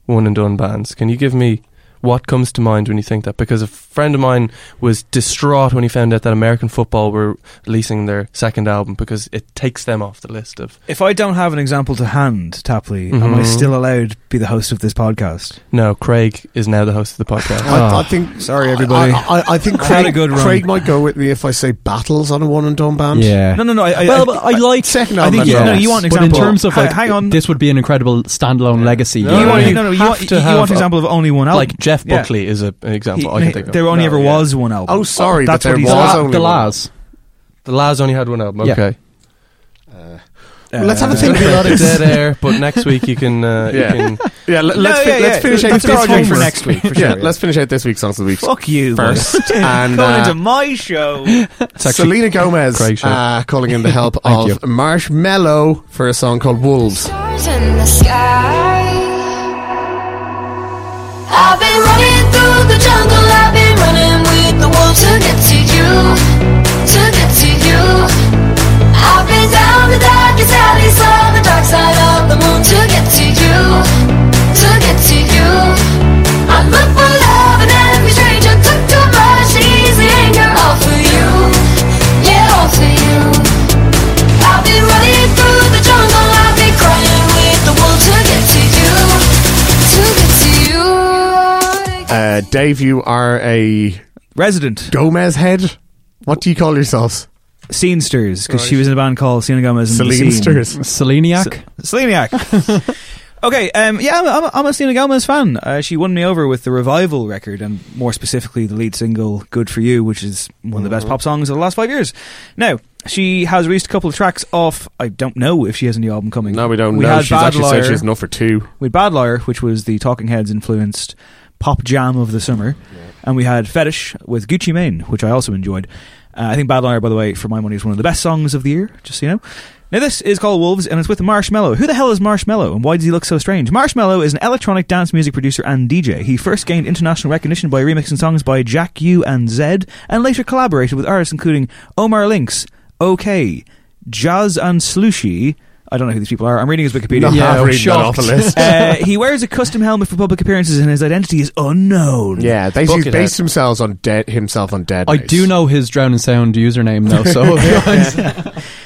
one and done bands. Can you give me what comes to mind when you think that? Because a friend of mine was distraught when he found out that American football were releasing their second album because it takes them off the list of
If I don't have an example to hand, Tapley, am I
Mhm.
still allowed to be the host of this podcast?
no. Craig is now the host of the podcast.
I, I think.
Sorry,
I-
everybody.
I, I, I think
I had
Craig,
a good run.
Craig might go with me if I say battles on a one and done band.
Yeah.
No, no, no. I, I,
Well,
I-
but
I like
second
I
album.
think
and
you, no,
Battles.
you want an
But in
example.
terms of
Ha-
like,
hang on.
this would be an incredible standalone legacy.
you want,
you
no, no, you
have
want,
to
you
have
want an
a-
example of only one album.
like Jeff
Yeah.
Buckley is a, an example I
He-
can think of.
there only
No,
ever
yeah.
was one album.
Oh, sorry,
That's
that
what
there
he
was
said.
only
the
one.
Laz.
The Laz only had one album.
Yeah.
Okay,
Uh,
Well, Oh, let's have a
There's
think
gonna be a lot
about
of
it.
dead air. But next week you can. Uh,
Yeah.
You can
Yeah, let,
No,
us
yeah, yeah.
let's finish out
That's
this
our argument
week
for
first.
next week, for sure,
yeah,
yeah.
let's finish out this week's songs of the week
Fuck you boy.
first. and
Coming
uh,
into my show.
actually
Selena Gomez
Craig's show.
uh, calling in the help
Thank
of Marshmallow for a song called Wolves.
Stars in the sky. I've been running through the jungle. I've been running with the wolves to get to you, to get to you. I've been down the darkest alley, saw the dark side of the moon to get to you, to
Uh, Dave, you are a
resident
Gomez head. What do you call yourselves?
Scenesters, because she was in a band called Selena Gomez. and the
Selenesters.
Scene.
Seleniac?
Seleniac. okay, um, yeah, I'm, I'm, I'm a Selena Gomez fan. Uh, she won me over with the revival record, and more specifically, the lead single "Good for You," which is one of the best
Mhm.
pop songs of the last five years. Now. She has released a couple of tracks off. I don't know if she has a new album coming.
No, we don't
We
know.
had
She's
Bad
actually said
Liar.
she has enough for two.
We had Bad Liar, which was the Talking Heads influenced pop jam of the summer, and we had Fetish with Gucci Mane, which I also enjoyed. Uh, I think Bad Liar, by the way, for my money, is one of the best songs of the year. Just so you know. Now this is called Wolves, and it's with Marshmello. Who the hell is Marshmello, and why does he look so strange? Marshmello is an electronic dance music producer and DJ. He first gained international recognition by remixing songs by Jack U and Zed, and later collaborated with artists including Omar Lynx, OK, Jazz and Slushy. I don't know who these people are. I'm reading his Wikipedia.
Not Yeah, I'm reading that off the shocked. list.
Uh, he wears a custom helmet for public appearances, and his identity is unknown.
Yeah, they he's
Buckethead.
based themselves on dead himself on dead.
I do know his Drown in Sound username though, so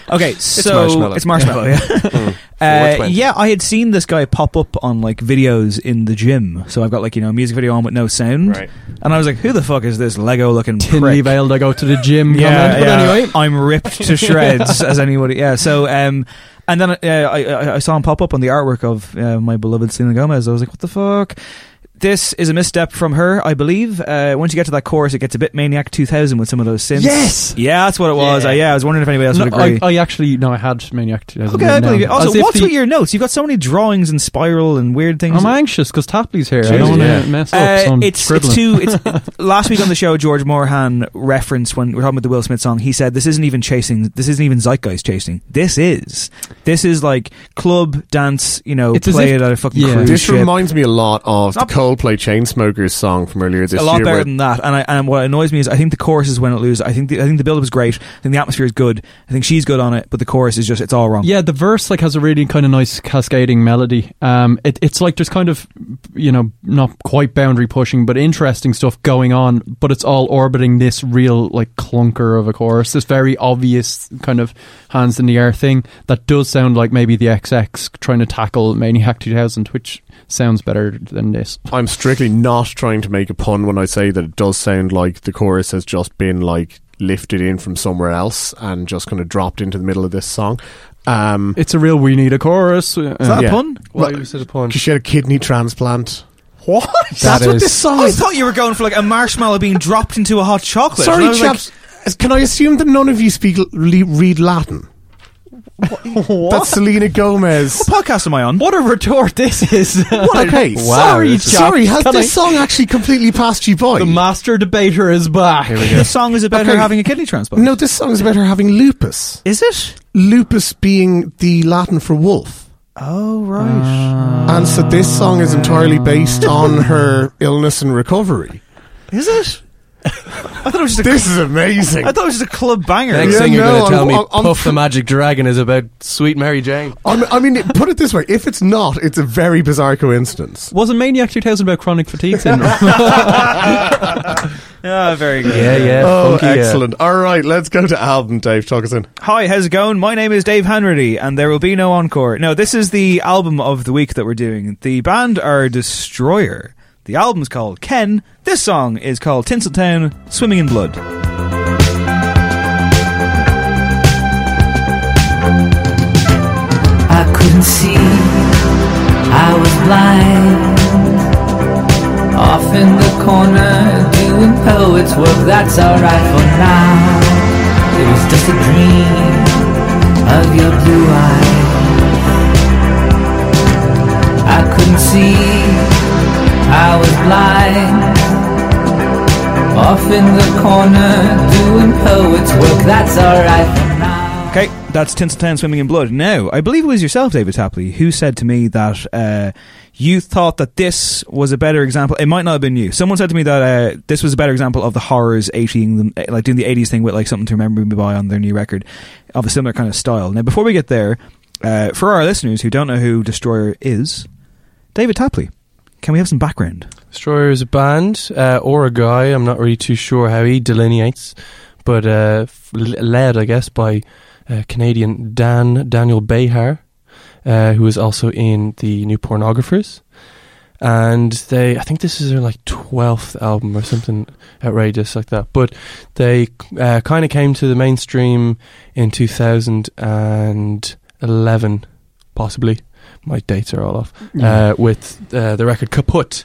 okay,
It's
so
Marshmello.
it's marshmallow.
Yeah.
Yeah,
Mm.
Uh,
420.
yeah. I had seen this guy pop up on like videos in the gym. So I've got like you know a music video on with no sound,
Right.
and I was like, who the fuck is this Lego looking
Tinley veiled I go to the gym comment. But anyway.
I'm ripped to shreds as anybody. Yeah. So, um, and then uh, I, I I saw him pop up on the artwork of uh, my beloved Selena Gomez. I was like, what the fuck. This is a misstep from her, I believe. Uh, once you get to that chorus, it gets a bit Maniac 2000 with some of those synths.
Yes!
Yeah, that's what it was. Yeah, I, yeah, I was wondering if anybody else
No,
would
I,
agree.
I actually no, I had Maniac 2000.
okay, I believe you.
now. As
Also,
if
what's
the-
with your notes? You've got so many drawings and spiral and weird things.
I'm anxious because Tapley's here. I
Jesus,
don't want to
yeah.
mess
Uh,
up. So I'm
it's, it's
scribbling.
too. It's, last week on the show, George Morhan referenced when we were talking about the Will Smith song. He said, "This isn't even chasing. This isn't even zeitgeist chasing. This is. This is like club dance. You know,
It's as
play
if-
it at a fucking cruise
This
ship.
reminds me a lot of the Coldplay Chainsmokers song from earlier this
a lot
year.
better
where-
than that. And I, and what annoys me is I think the chorus is when it loses. I think the, I think the build up is great. I think the atmosphere is good. I think she's good on it, but the chorus is just it's all wrong.
Yeah, the verse like has a really kind of nice cascading melody. Um, it, it's like there's kind of you know not quite boundary pushing, but interesting stuff going on. But it's all orbiting this real like clunker of a chorus, this very obvious kind of hands in the air thing that does sound like maybe the XX trying to tackle Maniac 2000, which sounds better than this.
I'm strictly not trying to make a pun when I say that it does sound like the chorus has just been like lifted in from somewhere else and just kind of dropped into the middle of this song. Um,
It's a real we need a chorus. Uh, Is
that a pun?
Why
is it a pun?
Because she had a kidney transplant.
What?
That is-
I thought you were going for like a marshmallow being dropped into a hot chocolate. And I
Sorry,
was
chaps. can I assume that none of you speak le- read Latin?
What?
That's Selena Gomez.
What podcast am I on?
What a retort this is.
What? Okay, sorry, sorry. Has this song actually completely passed you by?
The master debater is back.
Here we go. This song
is about her having a kidney transplant.
No, this song is about her having lupus.
Is it?
Lupus being the Latin for wolf.
Oh, right.
And so this song is entirely based on her illness and recovery.
Is it? I thought it was just a
This is amazing.
I thought it was just a club banger.
Next thing you're going to tell me,
I'm-
Puff the Magic Dragon is about Sweet Mary Jane.
I'm, I mean, it- put it this way: if it's not, it's a very bizarre coincidence.
Wasn't Maniac 2000 about chronic fatigue syndrome?
Ah, very good.
Oh, excellent. All right, let's go to album, Dave. Talk us in.
Hi, how's it going? My name is Dave Hanrady, and there will be no encore. No, this is the album of the week that we're doing. The band are Destroyer. The album's called Ken. This song is called Tinseltown Swimming in Blood.
I couldn't see, I was blind. Off in the corner, doing poet's work, that's alright for now. It was just a dream of your blue eyes. I couldn't see, I was blind. Off in the corner, doing poet's work, that's alright for now.
Okay, that's Tinseltown Swimming in Blood. Now, I believe it was yourself, David Tapley, who said to me that uh, you thought that this was a better example. It might not have been you. Someone said to me that uh, this was a better example of the horrors 80s, them- like doing the 80s thing with like something to remember me by on their new record of a similar kind of style. Now, before we get there, uh, for our listeners who don't know who Destroyer is, David Tapley, can we have some background?
Destroyer is a band uh, or a guy. I'm not really too sure how he delineates, but uh, f- l- led, I guess, by uh, Canadian Dan Daniel Behar, uh, who is also in the New Pornographers. and they I think this is their like twelfth album or something outrageous like that. But they uh, kind of came to the mainstream in two thousand and eleven, possibly. My dates are all off.
Yeah.
Uh, with uh, the record Kaput,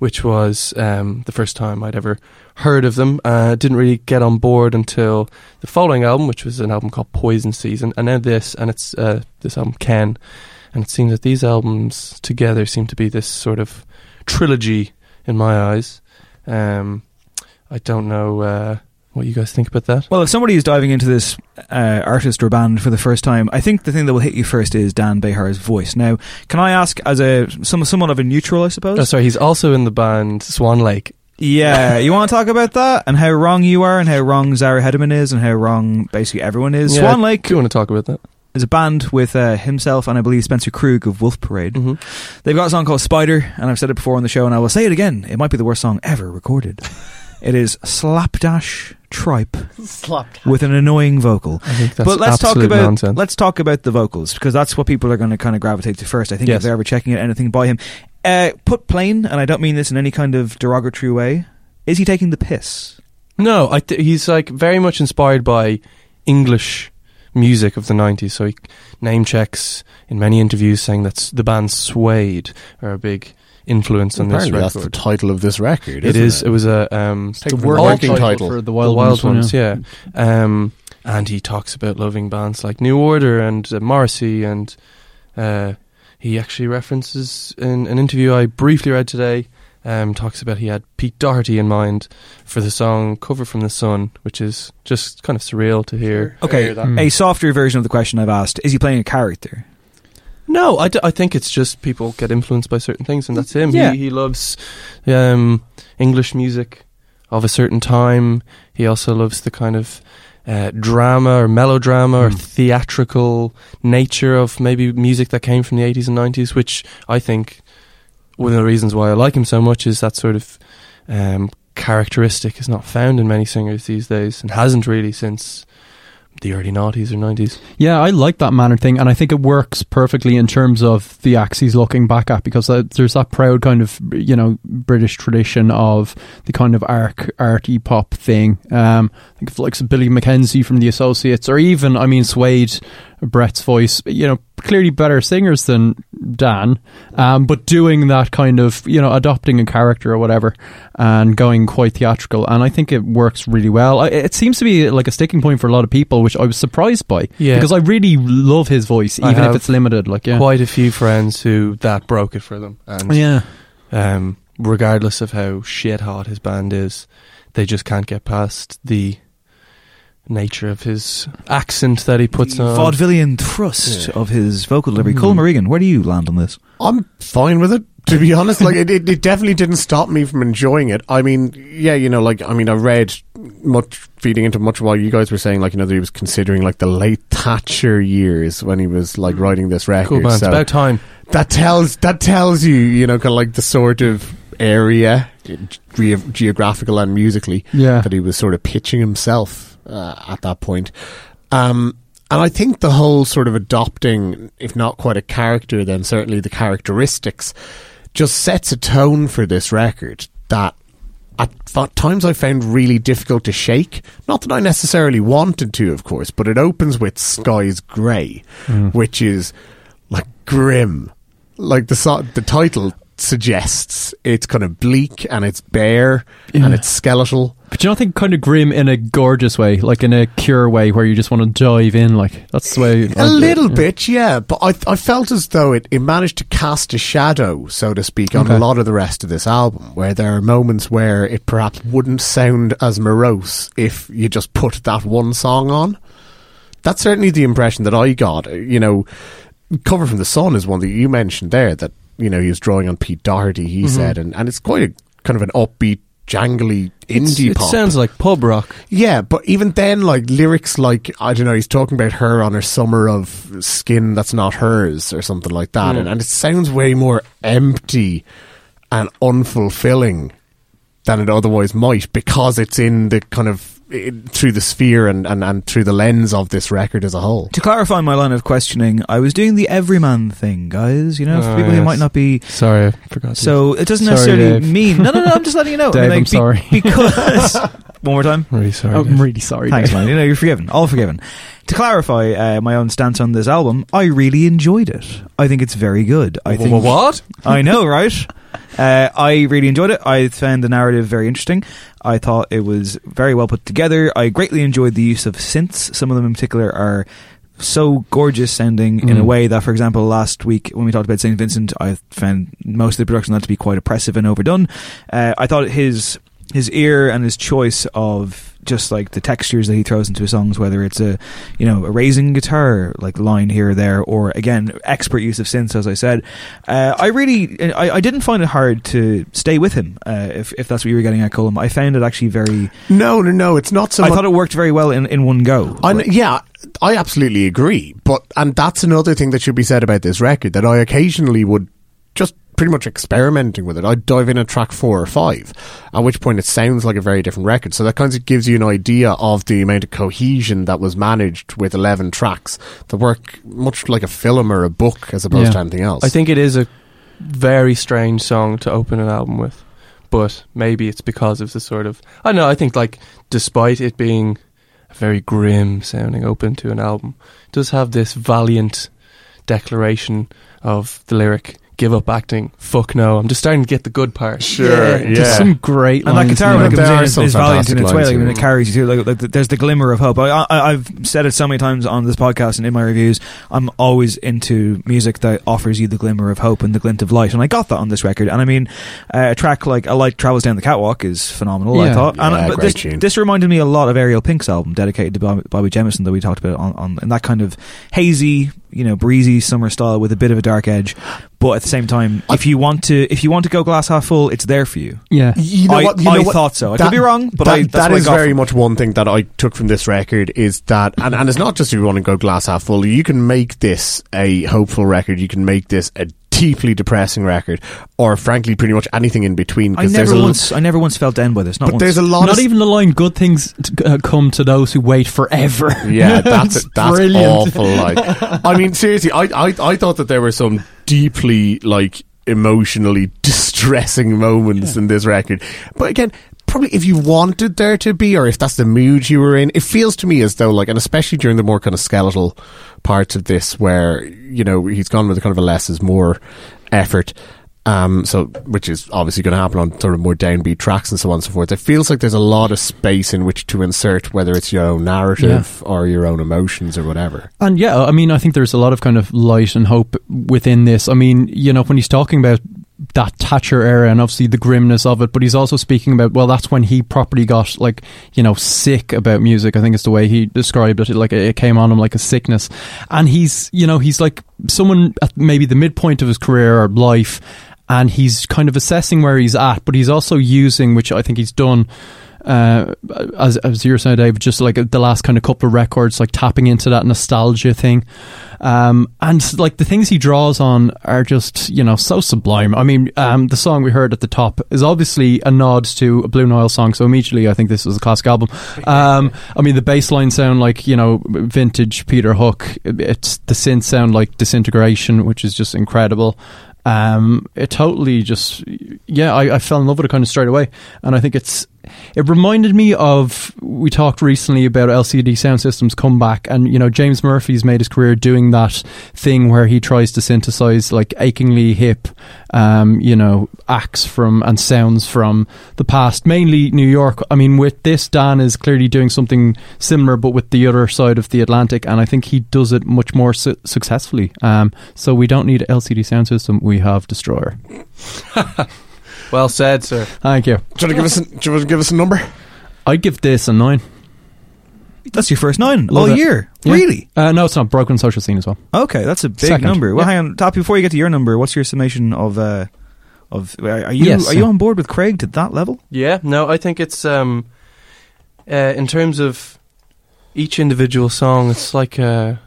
which was um, the first time I'd ever heard of them. Uh, didn't really get on board until the following album, which was an album called Poison Season, and now this, and it's uh, this album Ken. And it seems that these albums together seem to be this sort of trilogy in my eyes. Um, I don't know uh, what you guys think about that.
Well, if somebody is diving into this uh, artist or band for the first time, I think the thing that will hit you first is Dan Behar's voice. Now, can I ask, as a some, someone of a neutral, I suppose?
Oh, sorry, he's also in the band Swan Lake.
Yeah, you want to talk about that and how wrong you are, and how wrong Zara Hedeman is, and how wrong basically everyone is.
Yeah,
Swan
I
Lake.
do want to talk about that?
Is a band with uh, himself and I believe Spencer Krug of Wolf Parade.
Mm.
They've got a song called Spider, and I've said it before on the show, and I will say it again. It might be the worst song ever recorded. it is Slapdash Tripe
Slapdash.
with an annoying vocal. I
think that's
but let's talk
absolute
about
nonsense.
let's talk about the vocals because that's what people are going to kind of gravitate to first. I think if
Yes.
they're ever checking out anything by him, uh, put plain, and I don't mean this in any kind of derogatory way. Is he taking the piss?
No, I th- he's like very much inspired by English music of the 90s. So he name checks in many interviews saying that s- the band Suede are a big influence on this
Apparently
record.
that's the title of this record.
It
isn't
is. It was a um,
It's the working working title title. for the Wild Ones one,
Ones,
yeah.
yeah. Um, and he talks about loving bands like New Order and uh, Morrissey, and uh, he actually references in an interview I briefly read today. Um, talks about he had Pete Doherty in mind for the song "Cover from the Sun," which is just kind of surreal to hear.
Okay,
Hmm.
Mm.
a softer version of the question I've asked: Is he playing a character?
No, I, d- I think it's just people get influenced by certain things, and that's him.
Yeah.
He, he loves um, English music of a certain time. He also loves the kind of uh, drama or melodrama or theatrical nature of maybe music that came from the 80s and 90s, which I think one of the reasons why I like him so much is that sort of um, characteristic is not found in many singers these days and hasn't really since the early 90s or 90s.
Yeah, I like that manner thing, and I think it works perfectly in terms of the acts he's looking back at because uh, there's that proud kind of you know British tradition of the kind of arc arty pop thing. Um, I think of like some Billy McKenzie from the Associates, or even I mean Suede, Brett's voice. You know, clearly better singers than Dan, um, but doing that kind of you know adopting a character or whatever and going quite theatrical, and I think it works really well. I, it seems to be like a sticking point for a lot of people, which I was surprised by.
Yeah.
Because I really love his voice,
I
even if
have
it's limited. Like, yeah.
quite a few friends who that broke it for them. And
Yeah.
um, regardless of how shit hot his band is, they just can't get past the nature of his accent that he puts on.
Vaudevillian thrust of his vocal delivery.
Hmm.
Cole Morrigan, where do you land on this?
I'm fine with it. To be honest, like it, it, it definitely didn't stop me from enjoying it. I mean, yeah, you know, like I mean, I read much feeding into much while you guys were saying, like you know, that he was considering like the late Thatcher years when he was like writing this record.
Mm. Cool band. It's about time.
That tells that tells you, you know, kind of like the sort of area, ge- geographical and musically,
Yeah.
that he was sort of pitching himself uh, at that point. Um, and I think the whole sort of adopting, if not quite a character, then certainly the characteristics, just sets a tone for this record that at f- times I found really difficult to shake. Not that I necessarily wanted to, of course, but it opens with Sky's Grey, which is like grim. Like the so- the title suggests, it's kind of bleak and it's bare and it's skeletal.
But you don't think kind of grim in a gorgeous way, like in a cure way, where you just want to dive in. Like that's the way.
A little bit, yeah, but I, I felt as though it, it managed to cast a shadow, so to speak, on a
Okay.
lot of the rest of this album, where there are moments where it perhaps wouldn't sound as morose if you just put that one song on. That's certainly the impression that I got. Uh, You know, Cover from the Sun is one that you mentioned there that, you know, he was drawing on Pete Doherty, he
Mhm.
said, and, and it's quite a kind of an upbeat, jangly
It's-
indie
it
pop.
sounds like pub rock.
Yeah, but even then, like lyrics like I don't know, he's talking about her on her summer of skin that's not hers or something like that,
Mm.
and, and it sounds way more empty and unfulfilling than it otherwise might because it's in the kind of it, through the sphere and, and, and through the lens of this record as a whole.
To clarify my line of questioning, I was doing the everyman thing, guys. You know, for
Oh,
people who
yes.
might not be.
Sorry, I forgot. to-
So it doesn't
Sorry,
necessarily
Dave.
mean. No, no, no. I'm just letting you know. I
Dave,
mean, like,
I'm
be-
sorry.
Because one more time.
Really sorry.
I'm
Dave. Oh, really sorry.
Thanks,
Dave.
man. You know, you're forgiven. All forgiven. To clarify uh, my own stance on this album, I really enjoyed it. I think it's very good. I
Wha-
think
wha- what?
I know, right? Uh, I really enjoyed it. I found the narrative very interesting. I thought it was very well put together. I greatly enjoyed the use of synths. Some of them in particular are so gorgeous sounding in a
Hmm.
Mm.
way that, for example, last week when we talked about St. Vincent, I found most of the production on that to be quite oppressive and overdone. Uh, I thought his his ear and his choice of just like the textures that he throws into his songs, whether it's a you know a raising guitar like line here or there, or again expert use of synths, as I said, uh, I really I, I didn't find it hard to stay with him. Uh, if if that's what you were getting at, Colm, I found it actually very.
No, no, no. It's not so.
I
much-
thought it worked very well in, in one go.
I kn- yeah, I absolutely agree. But and that's another thing that should be said about this record that I occasionally would just pretty much experimenting with it. I'd dive in at track four or five, at which point it sounds like a very different record. So that kind of gives you an idea of the amount of cohesion that was managed with eleven tracks that work much like a film or a book as opposed to anything else.
I think it is a very strange song to open an album with, but maybe it's because of the sort of I don't know. I think like despite it being a very grim sounding open to an album, it does have this valiant declaration of the lyric. Give up acting. Fuck no. I'm just starting to get the good part.
Sure, Yeah. yeah.
some great
and that
lines
guitar
in
when it
there.
comes
There
in
are
is,
some
is valiant in
fantastic
its way.
lines
Like,
in
when it
there.
carries you through, like, like there's the glimmer of hope. I, I, I've said it so many times on this podcast and in my reviews. I'm always into music that offers you the glimmer of hope and the glint of light, and I got that on this record. And I mean, uh, a track like "A Light Travels Down the Catwalk" is phenomenal. I
Yeah.
thought, and
Yeah,
but
great
this,
tune.
this reminded me a lot of Ariel Pink's album dedicated to Bobby, Bobby Jemison that we talked about on, on in that kind of hazy, you know, breezy summer style with a bit of a dark edge. But at the same time, if you want to, if you want to go glass half full, it's there for you.
Yeah,
You know
I,
what? You know
I
what?
thought so. I
That-
could be wrong, but
that,
I, that's
that
what I
is
got
very
from-
much one thing that I took from this record is that, and, and it's not just if you want to go glass half full. You can make this a hopeful record. You can make this a deeply depressing record, or frankly, pretty much anything in between.
I
there's
never
a l-
once, I never once felt down by this. Not
But
once.
there's a lot
Not
of-
even the line "Good things t- uh, come to those who wait forever."
Yeah, that's
It's
that's
brilliant.
awful. Like, I mean, seriously, I, I I thought that there were some deeply like emotionally distressing moments in this record, but again. Probably, if you wanted there to be, or if that's the mood you were in, it feels to me as though, like, and especially during the more kind of skeletal parts of this, where you know he's gone with a kind of a less is more effort, um, so which is obviously going to happen on sort of more downbeat tracks and so on and so forth. It feels like there's a lot of space in which to insert whether it's your own narrative or your own emotions or whatever.
And yeah, I mean, I think there's a lot of kind of light and hope within this. I mean, you know, when he's talking about that Thatcher era and obviously the grimness of it, but he's also speaking about, well, that's when he properly got, like, you know, sick about music. I think it's the way he described it. Like, it came on him like a sickness. And he's, you know, he's like someone at maybe the midpoint of his career or life, and he's kind of assessing where he's at, but he's also using, which I think he's done uh, as as you were saying, Dave, just like the last kind of couple of records, like tapping into that nostalgia thing, um, and like the things he draws on are just you know so sublime. I mean, um, the song we heard at the top is obviously a nod to a Blue Nile song, so immediately I think this was a classic album. Um, I mean, the bass line sound like you know vintage Peter Hook. It's the synth sound like Disintegration, which is just incredible um, it totally just yeah I, I fell in love with it kind of straight away and i think it's it reminded me of we talked recently about lcd sound systems comeback and you know james murphy's made his career doing that thing where he tries to synthesize like achingly hip um, you know acts from and sounds from the past mainly new york i mean with this dan is clearly doing something similar but with the other side of the atlantic and i think he does it much more su- successfully um, so we don't need lcd sound system we have destroyer
Well said, sir.
thank you
Do you want to give us? A, do you want to give us a number?
i'd give this a nine
That's your first nine
Love
all
it.
year,
Yeah.
really?
uh, no it's not broken social scene as well
Okay, that's a big
Second.
number. Well,
Yeah.
hang on, Top. Before you get to your number, what's your summation of uh, of are are you
Yes,
are you
yeah.
on board with Craig to that level?
Yeah, no, I think it's um, uh, in terms of each individual song, it's like a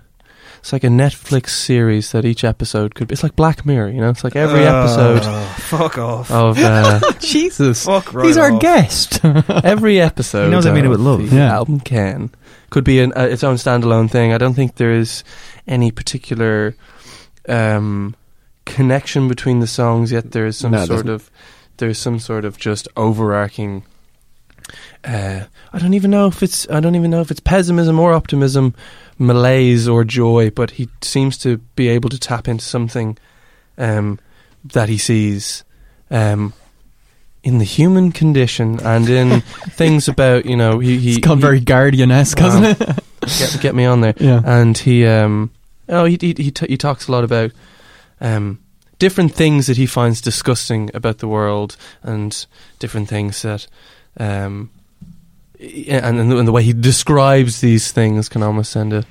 It's like a Netflix series that each episode could be. It's like Black Mirror, you know. It's like every
Uh.
episode.
Oh, fuck off.
Of uh,
Jesus,
fuck right
he's our
off.
guest.
every episode.
He knows I mean it with
of
love.
The
Yeah.
album can could be an, uh, its own standalone thing. I don't think there is any particular um, connection between the songs. Yet there is some
No, it
sort
doesn't.
of there's some sort of just overarching. Uh, I don't even know if it's I don't even know if it's pessimism or optimism, malaise or joy. But he seems to be able to tap into something um, that he sees. Um, in the human condition and in things about you know he, he
It's gone
he-
very Guardian esque,
Wow.
hasn't it?
get, get me on there
Yeah.
and he um oh he he he, t- he talks a lot about um different things that he finds disgusting about the world and different things that um i- and and the, and the way he describes these things can almost send a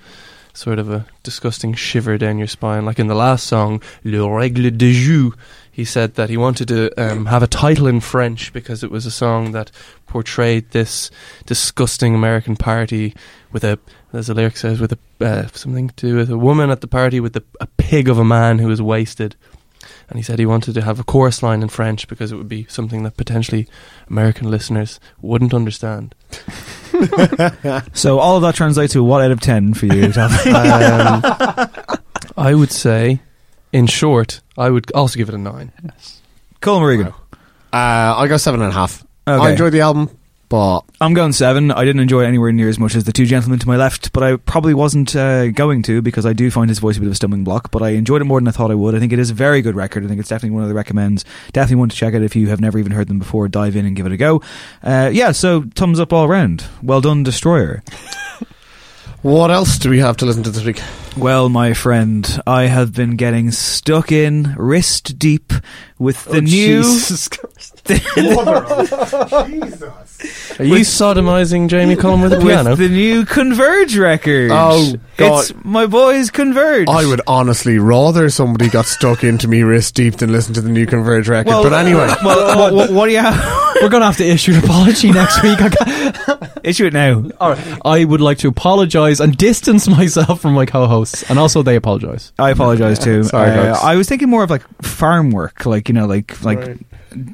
sort of a disgusting shiver down your spine like in the last song le règle de jeu he said that he wanted to um, have a title in French because it was a song that portrayed this disgusting American party with a, as the lyric says, with a uh, something to do with a woman at the party with a, a pig of a man who is wasted. And he said he wanted to have a chorus line in French because it would be something that potentially American listeners wouldn't understand.
So all of that translates to what out of ten for you? Tom?
Um, I would say, in short, I would also give it a nine.
Colin Regan.
Uh, I go seven and a half. I
Okay.
enjoyed the album, but
I'm going seven. I didn't enjoy it anywhere near as much as the two gentlemen to my left, but I probably wasn't uh, going to because I do find his voice a bit of a stumbling block. But I enjoyed it more than I thought I would. I think it is a very good record. I think it's definitely one of the recommends. Definitely one to check out if you have never even heard them before. Dive in and give it a go. Uh, yeah, so thumbs up all round. Well done, Destroyer.
what else do we have to listen to this week?
Well, my friend, I have been getting stuck in wrist deep with the
Oh,
new.
Jesus
Jesus.
Are you sodomizing Jamie Collin with a piano?
With the new Converge record.
Oh, God.
It's my boys Converge.
I would honestly rather somebody got stuck into me wrist deep than listen to the new Converge record.
Well,
but anyway,
well, Uh, what, what, what do you have?
We're gonna have to issue an apology next week. I can't-
Issue it now.
All right. I would like to apologize and distance myself from my co-hosts, and also they apologize.
I apologize too.
Sorry,
Uh,
folks.
I was thinking more of like farm work, like you know, like like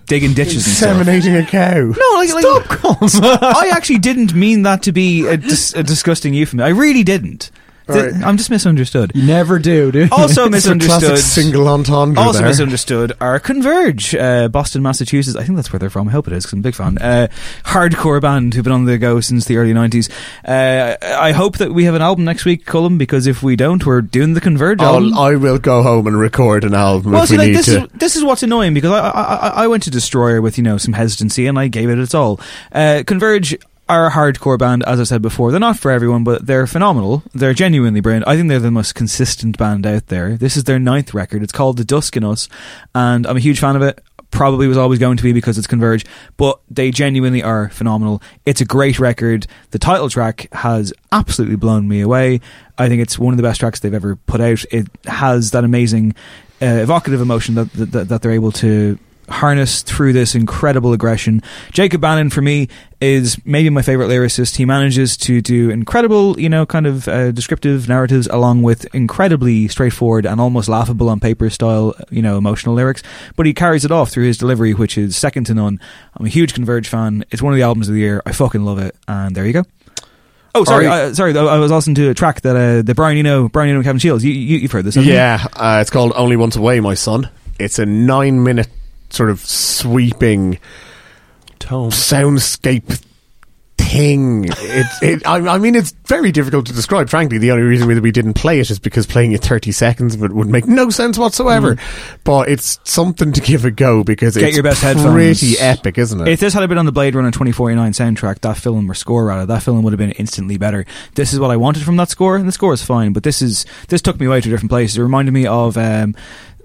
digging ditches and stuff.
inseminating a cow.
No, like, like I actually didn't mean that to be a, dis- a disgusting euphemism. I really didn't. Th- I'm just misunderstood.
You never do, dude.
Also
It's a classic
misunderstood.
single entendre
Also
there.
misunderstood are Converge, uh, Boston, Massachusetts. I think that's where they're from. I hope it is 'cause I'm a big fan. Uh, hardcore band who've been on the go since the early 90s. Uh, I hope that we have an album next week, Cullum, because if we don't, we're doing the Converge album.
I'll, I will go home and record an album
Well,
if
see,
we
like,
need
this
to.
is this is what's annoying because I, I I- I went to Destroyer with you know some hesitancy and I gave it its all. Uh, Converge are a hardcore band, as I said before. They're not for everyone, but they're phenomenal. They're genuinely brilliant. I think they're the most consistent band out there. This is their ninth record. It's called The Dusk in Us, and I'm a huge fan of it. Probably was always going to be because it's Converge, but they genuinely are phenomenal. It's a great record. The title track has absolutely blown me away. I think it's one of the best tracks they've ever put out. It has that amazing uh, evocative emotion that, that that they're able to harness through this incredible aggression. Jacob Bannon for me is maybe my favorite lyricist. He manages to do incredible, you know, kind of uh, descriptive narratives along with incredibly straightforward and almost laughable on paper style, you know, emotional lyrics, but he carries it off through his delivery which is second to none. I'm a huge Converge fan. It's one of the albums of the year. I fucking love it. And there you go. Oh, sorry,
Alright.
uh, sorry. I I was listening to a track that uh, the Brian Eno, Brian Eno, and Kevin Shields. You, you, you've heard this, haven't you?
Yeah, uh, it's called Only Once Away, my son. It's a nine minute sort of sweeping
Tone.
soundscape thing. It, it, I, I mean, it's very difficult to describe, frankly. The only reason that we didn't play it is because playing it 30 seconds of it would make no sense whatsoever. But it's something to give a go because
Mm. Get
it's
your best
pretty
headphones.
epic, isn't it?
If this had been on the Blade Runner 2049 soundtrack, that film or score rather, that film would have been instantly better. This is what I wanted from that score, and the score is fine, but this is this took me away to a different place. It reminded me of um,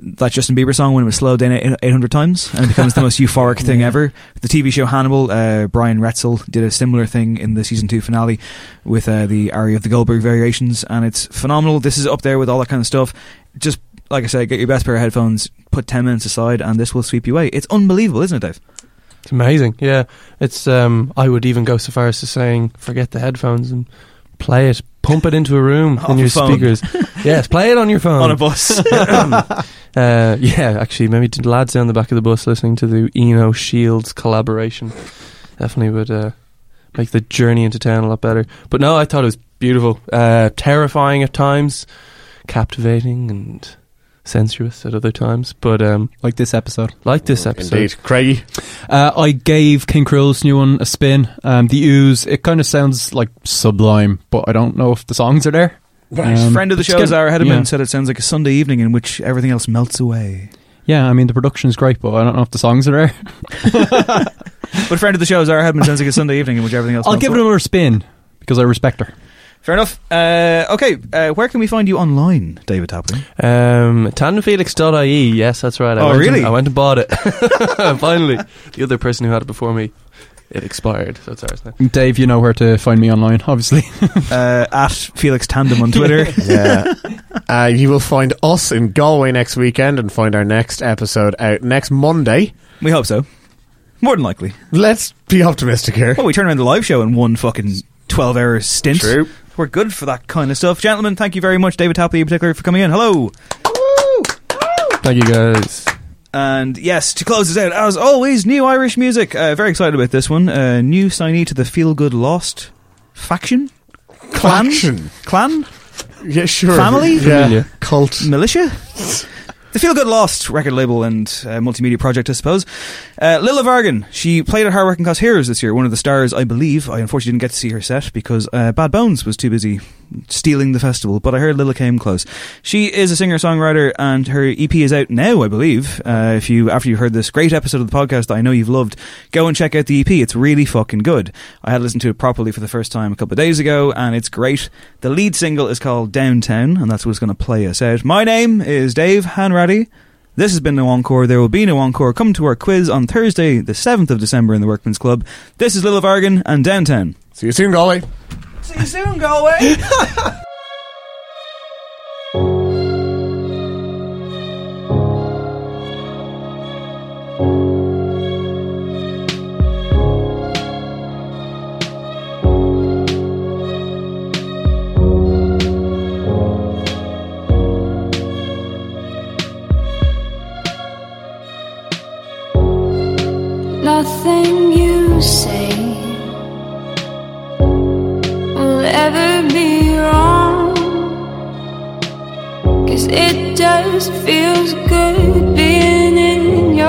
that Justin Bieber song when it was slowed down eight- 800 times and it becomes the most euphoric thing ever. The TV show Hannibal, uh, Brian Retzel did a similar thing in the season two finale with uh, the aria of the Goldberg variations, and it's phenomenal. This is up there with all that kind of stuff. Just like I said, get your best pair of headphones, put 10 minutes aside, and this will sweep you away. It's unbelievable, isn't it, Dave?
It's amazing. Yeah, it's. Um, I would even go so far as to saying, forget the headphones and play it Pump it into a room
Off
in your
a phone.
speakers. yes, play it on your
Um,
phone.
On a bus.
uh, yeah, actually, maybe to the lads down the back of the bus listening to the Eno Shields collaboration definitely would uh, make the journey into town a lot better. But no, I thought it was beautiful. Uh, terrifying at times, captivating and sensuous at other times. But um,
like this episode.
Like this episode.
Craigie.
Uh, I gave King Cruel's new one a spin. Um, the Ooze, it kind of sounds like Sublime, but I don't know if the songs are there. Um,
Friend of the
but it's
show,
good.
Zara Hederman,
Yeah.
said it sounds like a Sunday evening in which everything else melts away.
Yeah, I mean, the production's great, but I don't know if the songs are there.
But friend of the show, Zara Hederman, sounds like a Sunday evening in which everything else
I'll
melts
give it
away.
another spin because I respect her.
Fair enough. Uh, okay, uh, where can we find you online, David Taplin?
Um, tandemfelix.ie. Yes, that's right. I
Oh,
went
really?
And, I went and bought it. Finally, the other person who had it before me, it expired. So it's ours now.
Dave, you know where to find me online, obviously.
uh, at Felix Tandem on Twitter.
yeah. Uh, you will find us in Galway next weekend and find our next episode out next Monday.
We hope so. More than likely.
Let's be optimistic here.
Well, we turn around the live show in one fucking 12 hour stint. True. We're good for that kind of stuff. Gentlemen, thank you very much, David Tapley in particular, for coming in. Hello.
Thank you guys.
And yes, to close us out, as always, new Irish music. Uh, very excited about this one. Uh, new signee to the Feel Good Lost faction? Clan? Clan?
Yeah, sure.
Family?
Yeah. Familia. Cult?
Militia? The Feel Good Lost record label and uh, multimedia project, I suppose. Uh, Lila Vargan, she played at Hard Working Class Heroes this year, one of the stars, I believe. I unfortunately didn't get to see her set because uh, Bad Bones was too busy stealing the festival, but I heard Lila came close. She is a singer songwriter, and her EP is out now, I believe. Uh, if you After you heard this great episode of the podcast that I know you've loved, go and check out the EP. It's really fucking good. I had listened to it properly for the first time a couple of days ago, and it's great. The lead single is called Downtown, and that's what's going to play us out. My name is Dave Hanratty. This has been No Encore. There will be no encore. Come to our quiz on Thursday, the 7th of December in the Workman's Club. This is Little Vargan and Downtown.
See you soon, Galway.
See you soon, Galway.
Nothing you say will ever be wrong. Cause it just feels good being in your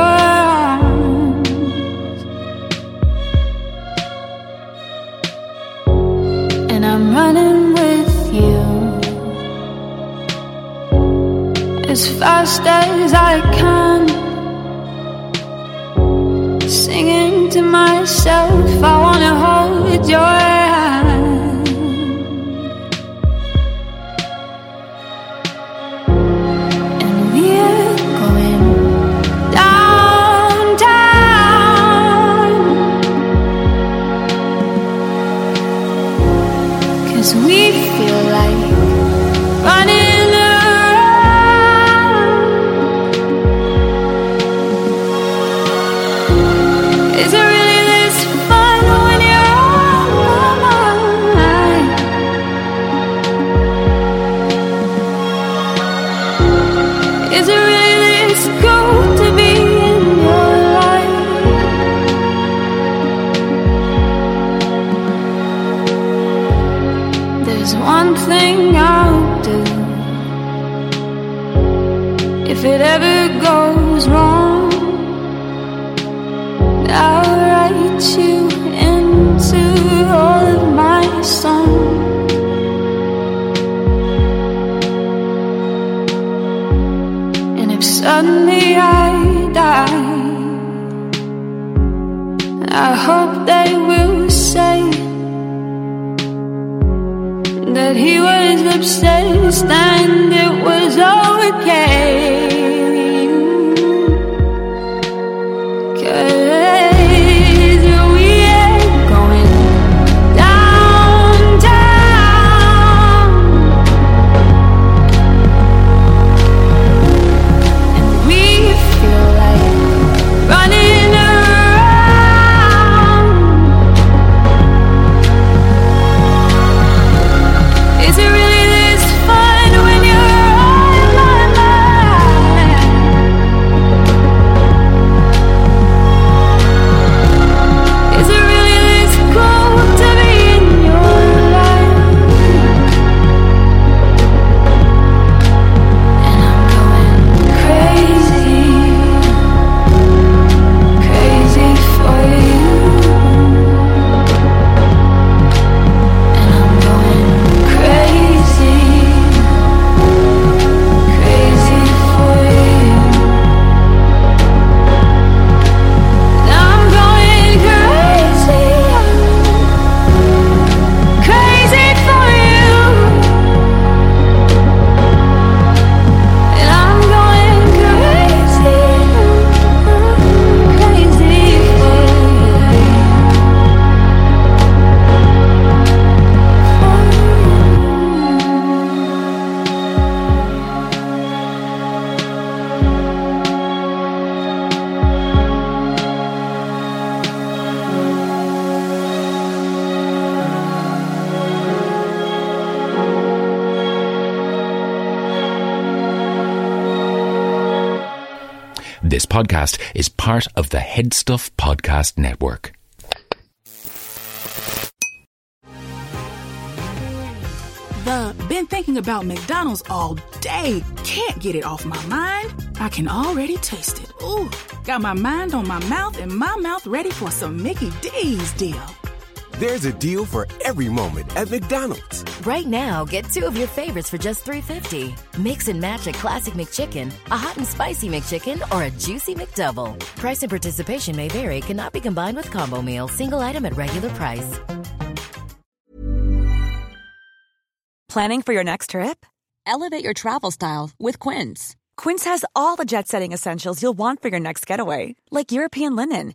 arms. And I'm running with you as fast as I can singing to myself. I wanna hold your hand. And we're going downtown. Cause we feel like running around. Is it really this fun when you're on my mind? Is it really this cool to be in your life? There's one thing I'll do if it ever goes wrong. I'll write you into all of my songs. And if suddenly I die, I hope they will say that he was obsessed and it was okay. Cause we ain't going downtown. And we feel like running around. Is
This podcast is part of the Head Stuff Podcast Network.
The been thinking about McDonald's all day. Can't get it off my mind. I can already taste it. Ooh, got my mind on my mouth and my mouth ready for some Mickey D's deal.
There's a deal for every moment at McDonald's.
Right now, get two of your favorites for just $3.50. Mix and match a classic McChicken, a hot and spicy McChicken, or a juicy McDouble. Price and participation may vary, cannot be combined with combo meal, single item at regular price.
Planning for your next trip? Elevate your travel style with Quince. Quince has all the jet setting essentials you'll want for your next getaway, like European linen,